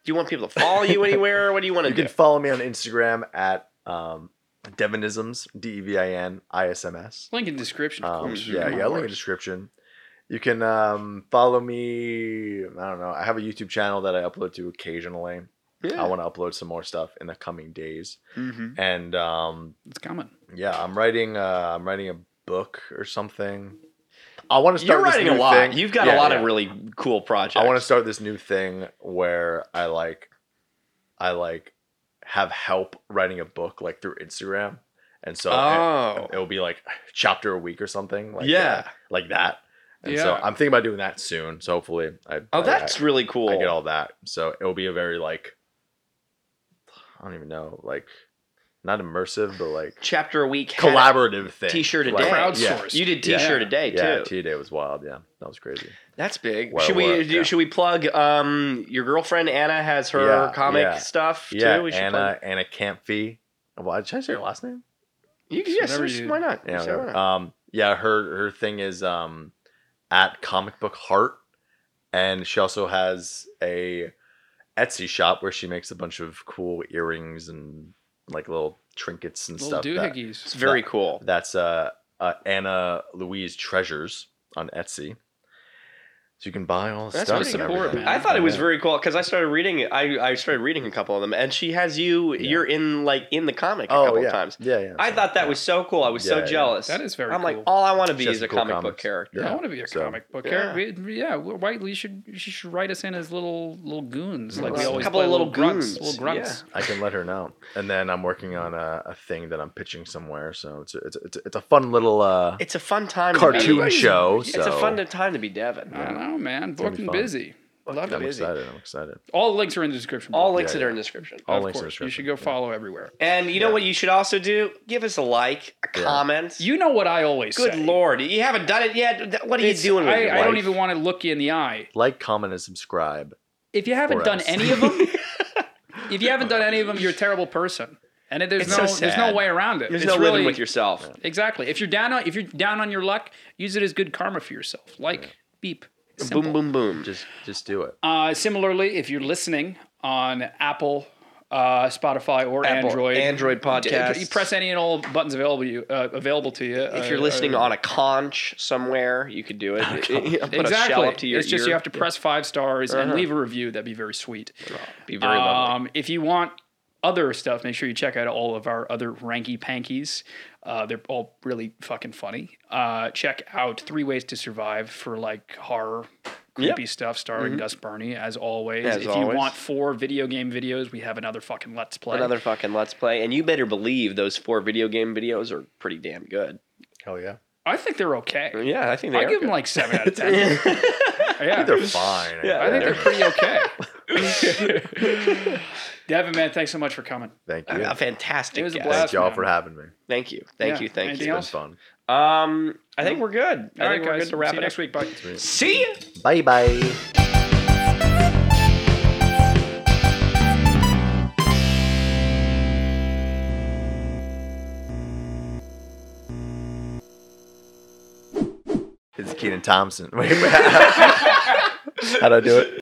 Speaker 2: you want people to follow you anywhere? What do you want to
Speaker 1: you
Speaker 2: do?
Speaker 1: can follow me on Instagram at um, Devonisms. D e v i n i s m s.
Speaker 3: Link in the description, of
Speaker 1: Um,
Speaker 3: course.
Speaker 1: yeah,
Speaker 3: Come
Speaker 1: yeah.
Speaker 3: on.
Speaker 1: Link in the description. You can um, follow me. I don't know. I have a YouTube channel that I upload to occasionally. I want to upload some more stuff in the coming days.
Speaker 2: mm-hmm.
Speaker 1: And um,
Speaker 3: It's coming.
Speaker 1: yeah, I'm writing. Uh, I'm writing a book or something. I want to start.
Speaker 2: You're
Speaker 1: this
Speaker 2: writing a
Speaker 1: new
Speaker 2: lot.
Speaker 1: thing.
Speaker 2: You've got a
Speaker 1: Yeah,
Speaker 2: lot
Speaker 1: yeah.
Speaker 2: of really cool projects.
Speaker 1: I want to start this new thing where I like, I like, have help writing a book like through Instagram, and so
Speaker 2: Oh.
Speaker 1: it, will be like chapter a week or something. Like
Speaker 2: Yeah.
Speaker 1: that- like that. And so
Speaker 3: Yeah.
Speaker 1: I'm thinking about doing that soon. So hopefully, I
Speaker 2: Oh,
Speaker 1: I-
Speaker 2: that's really cool.
Speaker 1: I, I get all that. So it will be a very like, I don't even know, like, not immersive, but like
Speaker 2: Chapter a week. had-
Speaker 1: collaborative thing.
Speaker 2: T-shirt a
Speaker 1: Like,
Speaker 2: day.
Speaker 1: Yeah,
Speaker 3: Crowdsourced.
Speaker 2: You did
Speaker 1: Yeah.
Speaker 2: T-shirt a day
Speaker 1: yeah.
Speaker 2: too.
Speaker 1: T day was wild. Yeah, that was crazy.
Speaker 2: That's big.
Speaker 1: Well,
Speaker 2: should we
Speaker 1: well,
Speaker 2: do,
Speaker 1: yeah.
Speaker 2: Should we plug? Um, your girlfriend Anna has her
Speaker 1: Yeah,
Speaker 2: comic
Speaker 1: yeah.
Speaker 2: stuff
Speaker 1: Yeah,
Speaker 2: too. We should
Speaker 1: Anna Anna Campy. Why did I say her last name?
Speaker 2: Plug. You, yes,
Speaker 3: Whatever
Speaker 2: there's-
Speaker 3: you-
Speaker 2: why not?
Speaker 1: Yeah,
Speaker 2: Sure, why
Speaker 1: whatever.
Speaker 2: not?
Speaker 1: um, yeah. Her her thing is um, at comic book heart, and she also has a Etsy shop where she makes a bunch of cool earrings and like little trinkets and
Speaker 3: Little
Speaker 1: stuff. that-
Speaker 3: doohickeys.
Speaker 2: it's very cool.
Speaker 1: that's uh, uh, Anna Louise Treasures on Etsy. So you can buy all the
Speaker 2: That's
Speaker 1: stuff.
Speaker 2: pretty
Speaker 1: and
Speaker 3: cool,
Speaker 1: everything.
Speaker 3: man.
Speaker 2: I thought it was
Speaker 1: Yeah.
Speaker 2: very cool because I started reading it. I, I started reading a couple of them, and she has you.
Speaker 1: Yeah.
Speaker 2: You're in like in the comic a
Speaker 1: Oh
Speaker 2: couple
Speaker 1: yeah.
Speaker 2: of times.
Speaker 1: yeah, yeah.
Speaker 2: I
Speaker 1: so,
Speaker 2: thought that
Speaker 1: yeah.
Speaker 2: was so cool. I was
Speaker 1: Yeah,
Speaker 2: so
Speaker 1: yeah.
Speaker 2: jealous.
Speaker 3: That is very
Speaker 2: I'm like,
Speaker 3: cool.
Speaker 2: all I want to be
Speaker 1: She has
Speaker 2: is a
Speaker 1: some cool
Speaker 2: comic book
Speaker 1: comics.
Speaker 2: character.
Speaker 3: Yeah, I
Speaker 1: Yeah,
Speaker 3: want to be a
Speaker 1: so-
Speaker 3: comic book
Speaker 2: Yeah.
Speaker 3: character. We- Yeah, well, Whiteley should she should write us in as little little goons, like we
Speaker 1: Right.
Speaker 3: always
Speaker 2: Couple
Speaker 3: play
Speaker 2: of
Speaker 3: little
Speaker 2: little
Speaker 3: grunts,
Speaker 2: goons,
Speaker 3: little grunts.
Speaker 1: I can let her know. And then I'm working on a, a thing that I'm pitching somewhere. So it's a, it's a, it's a, it's a fun little uh,
Speaker 2: It's a fun time. to
Speaker 1: cartoon
Speaker 2: be-
Speaker 1: show.
Speaker 2: It's
Speaker 1: so
Speaker 2: a fun time to be Devin.
Speaker 3: I don't know,
Speaker 1: gonna be
Speaker 3: man. Booked and
Speaker 1: fun.
Speaker 3: busy. Love
Speaker 1: I'm
Speaker 3: it.
Speaker 2: busy.
Speaker 1: excited. I'm excited.
Speaker 3: All the links are in the description.
Speaker 2: All
Speaker 3: below.
Speaker 2: links
Speaker 1: yeah,
Speaker 2: that are
Speaker 1: yeah.
Speaker 2: in the description.
Speaker 1: all
Speaker 3: of
Speaker 1: links in the
Speaker 3: course. You
Speaker 1: description,
Speaker 3: should go
Speaker 1: yeah.
Speaker 3: follow everywhere.
Speaker 2: And you know what you should also do? Give us a like, a
Speaker 1: Yeah.
Speaker 2: comment.
Speaker 3: You know what I always
Speaker 2: Good
Speaker 3: say.
Speaker 2: lord, you haven't done it yet. Th- What are
Speaker 3: It's-
Speaker 2: you doing with
Speaker 3: I,
Speaker 2: your
Speaker 3: I don't
Speaker 2: life?
Speaker 3: even want to look you in the eye.
Speaker 1: Like, comment, and subscribe.
Speaker 3: If you haven't
Speaker 1: Or
Speaker 3: done
Speaker 1: else.
Speaker 3: any of them, if you haven't done any of them, you're a terrible person. And it- there's
Speaker 2: It's
Speaker 3: no
Speaker 2: so
Speaker 3: there's no
Speaker 2: sad.
Speaker 3: way around it.
Speaker 2: There's
Speaker 3: It's
Speaker 2: no
Speaker 3: really,
Speaker 2: living with yourself.
Speaker 3: Exactly. If you're down on if you're down on your luck, use it as good karma for yourself. Like beep. Simple.
Speaker 2: Boom, boom, boom.
Speaker 1: Just just do it.
Speaker 3: Uh, similarly, if you're listening on Apple, uh, Spotify, or
Speaker 2: Apple,
Speaker 3: Android,
Speaker 2: Android podcast.
Speaker 3: you press any and all buttons available to you. Uh, available to you.
Speaker 2: If you're listening on a conch somewhere, you could do it. Put a shell
Speaker 3: Oh, exactly,
Speaker 2: up to your
Speaker 3: it's just
Speaker 2: ear.
Speaker 3: you have to press five stars and
Speaker 2: Uh-huh.
Speaker 3: leave a review. That'd be very sweet.
Speaker 2: Be very lovely.
Speaker 3: Um, if you want other stuff, make sure you check out all of our other ranky pankies. Uh, they're all really fucking funny. Uh, check out Three Ways to Survive for like horror, creepy stuff starring Gus Burney, as always.
Speaker 2: Mm-hmm. As
Speaker 3: if
Speaker 2: always.
Speaker 3: you want four video game videos, we have another fucking Let's Play.
Speaker 2: Another fucking let's play, and you better believe those four video game videos are pretty damn good.
Speaker 1: Hell yeah.
Speaker 3: I think they're okay.
Speaker 2: Yeah, I think they
Speaker 3: I
Speaker 2: are.
Speaker 3: give them like seven out of ten.
Speaker 1: I
Speaker 3: yeah.
Speaker 1: think they're fine.
Speaker 2: Yeah,
Speaker 3: I think
Speaker 1: guess.
Speaker 3: they're pretty okay. Devin, man, thanks so much for coming.
Speaker 1: Thank you.
Speaker 2: a fantastic.
Speaker 3: It was a
Speaker 2: guest.
Speaker 3: blast.
Speaker 1: Thank y'all
Speaker 3: man.
Speaker 1: for having me.
Speaker 2: Thank you, thank
Speaker 3: Yeah.
Speaker 2: you, thank
Speaker 3: Anything
Speaker 1: It's
Speaker 2: you.
Speaker 1: been
Speaker 3: else?
Speaker 1: fun.
Speaker 2: Um, I think we're good. I
Speaker 3: All right,
Speaker 2: think we're
Speaker 3: guys.
Speaker 2: good to wrap
Speaker 3: See
Speaker 2: it
Speaker 3: you
Speaker 2: up.
Speaker 3: next week. Bye.
Speaker 2: See ya.
Speaker 1: Bye bye. It's Keenan Thompson. Wait, how do I do it?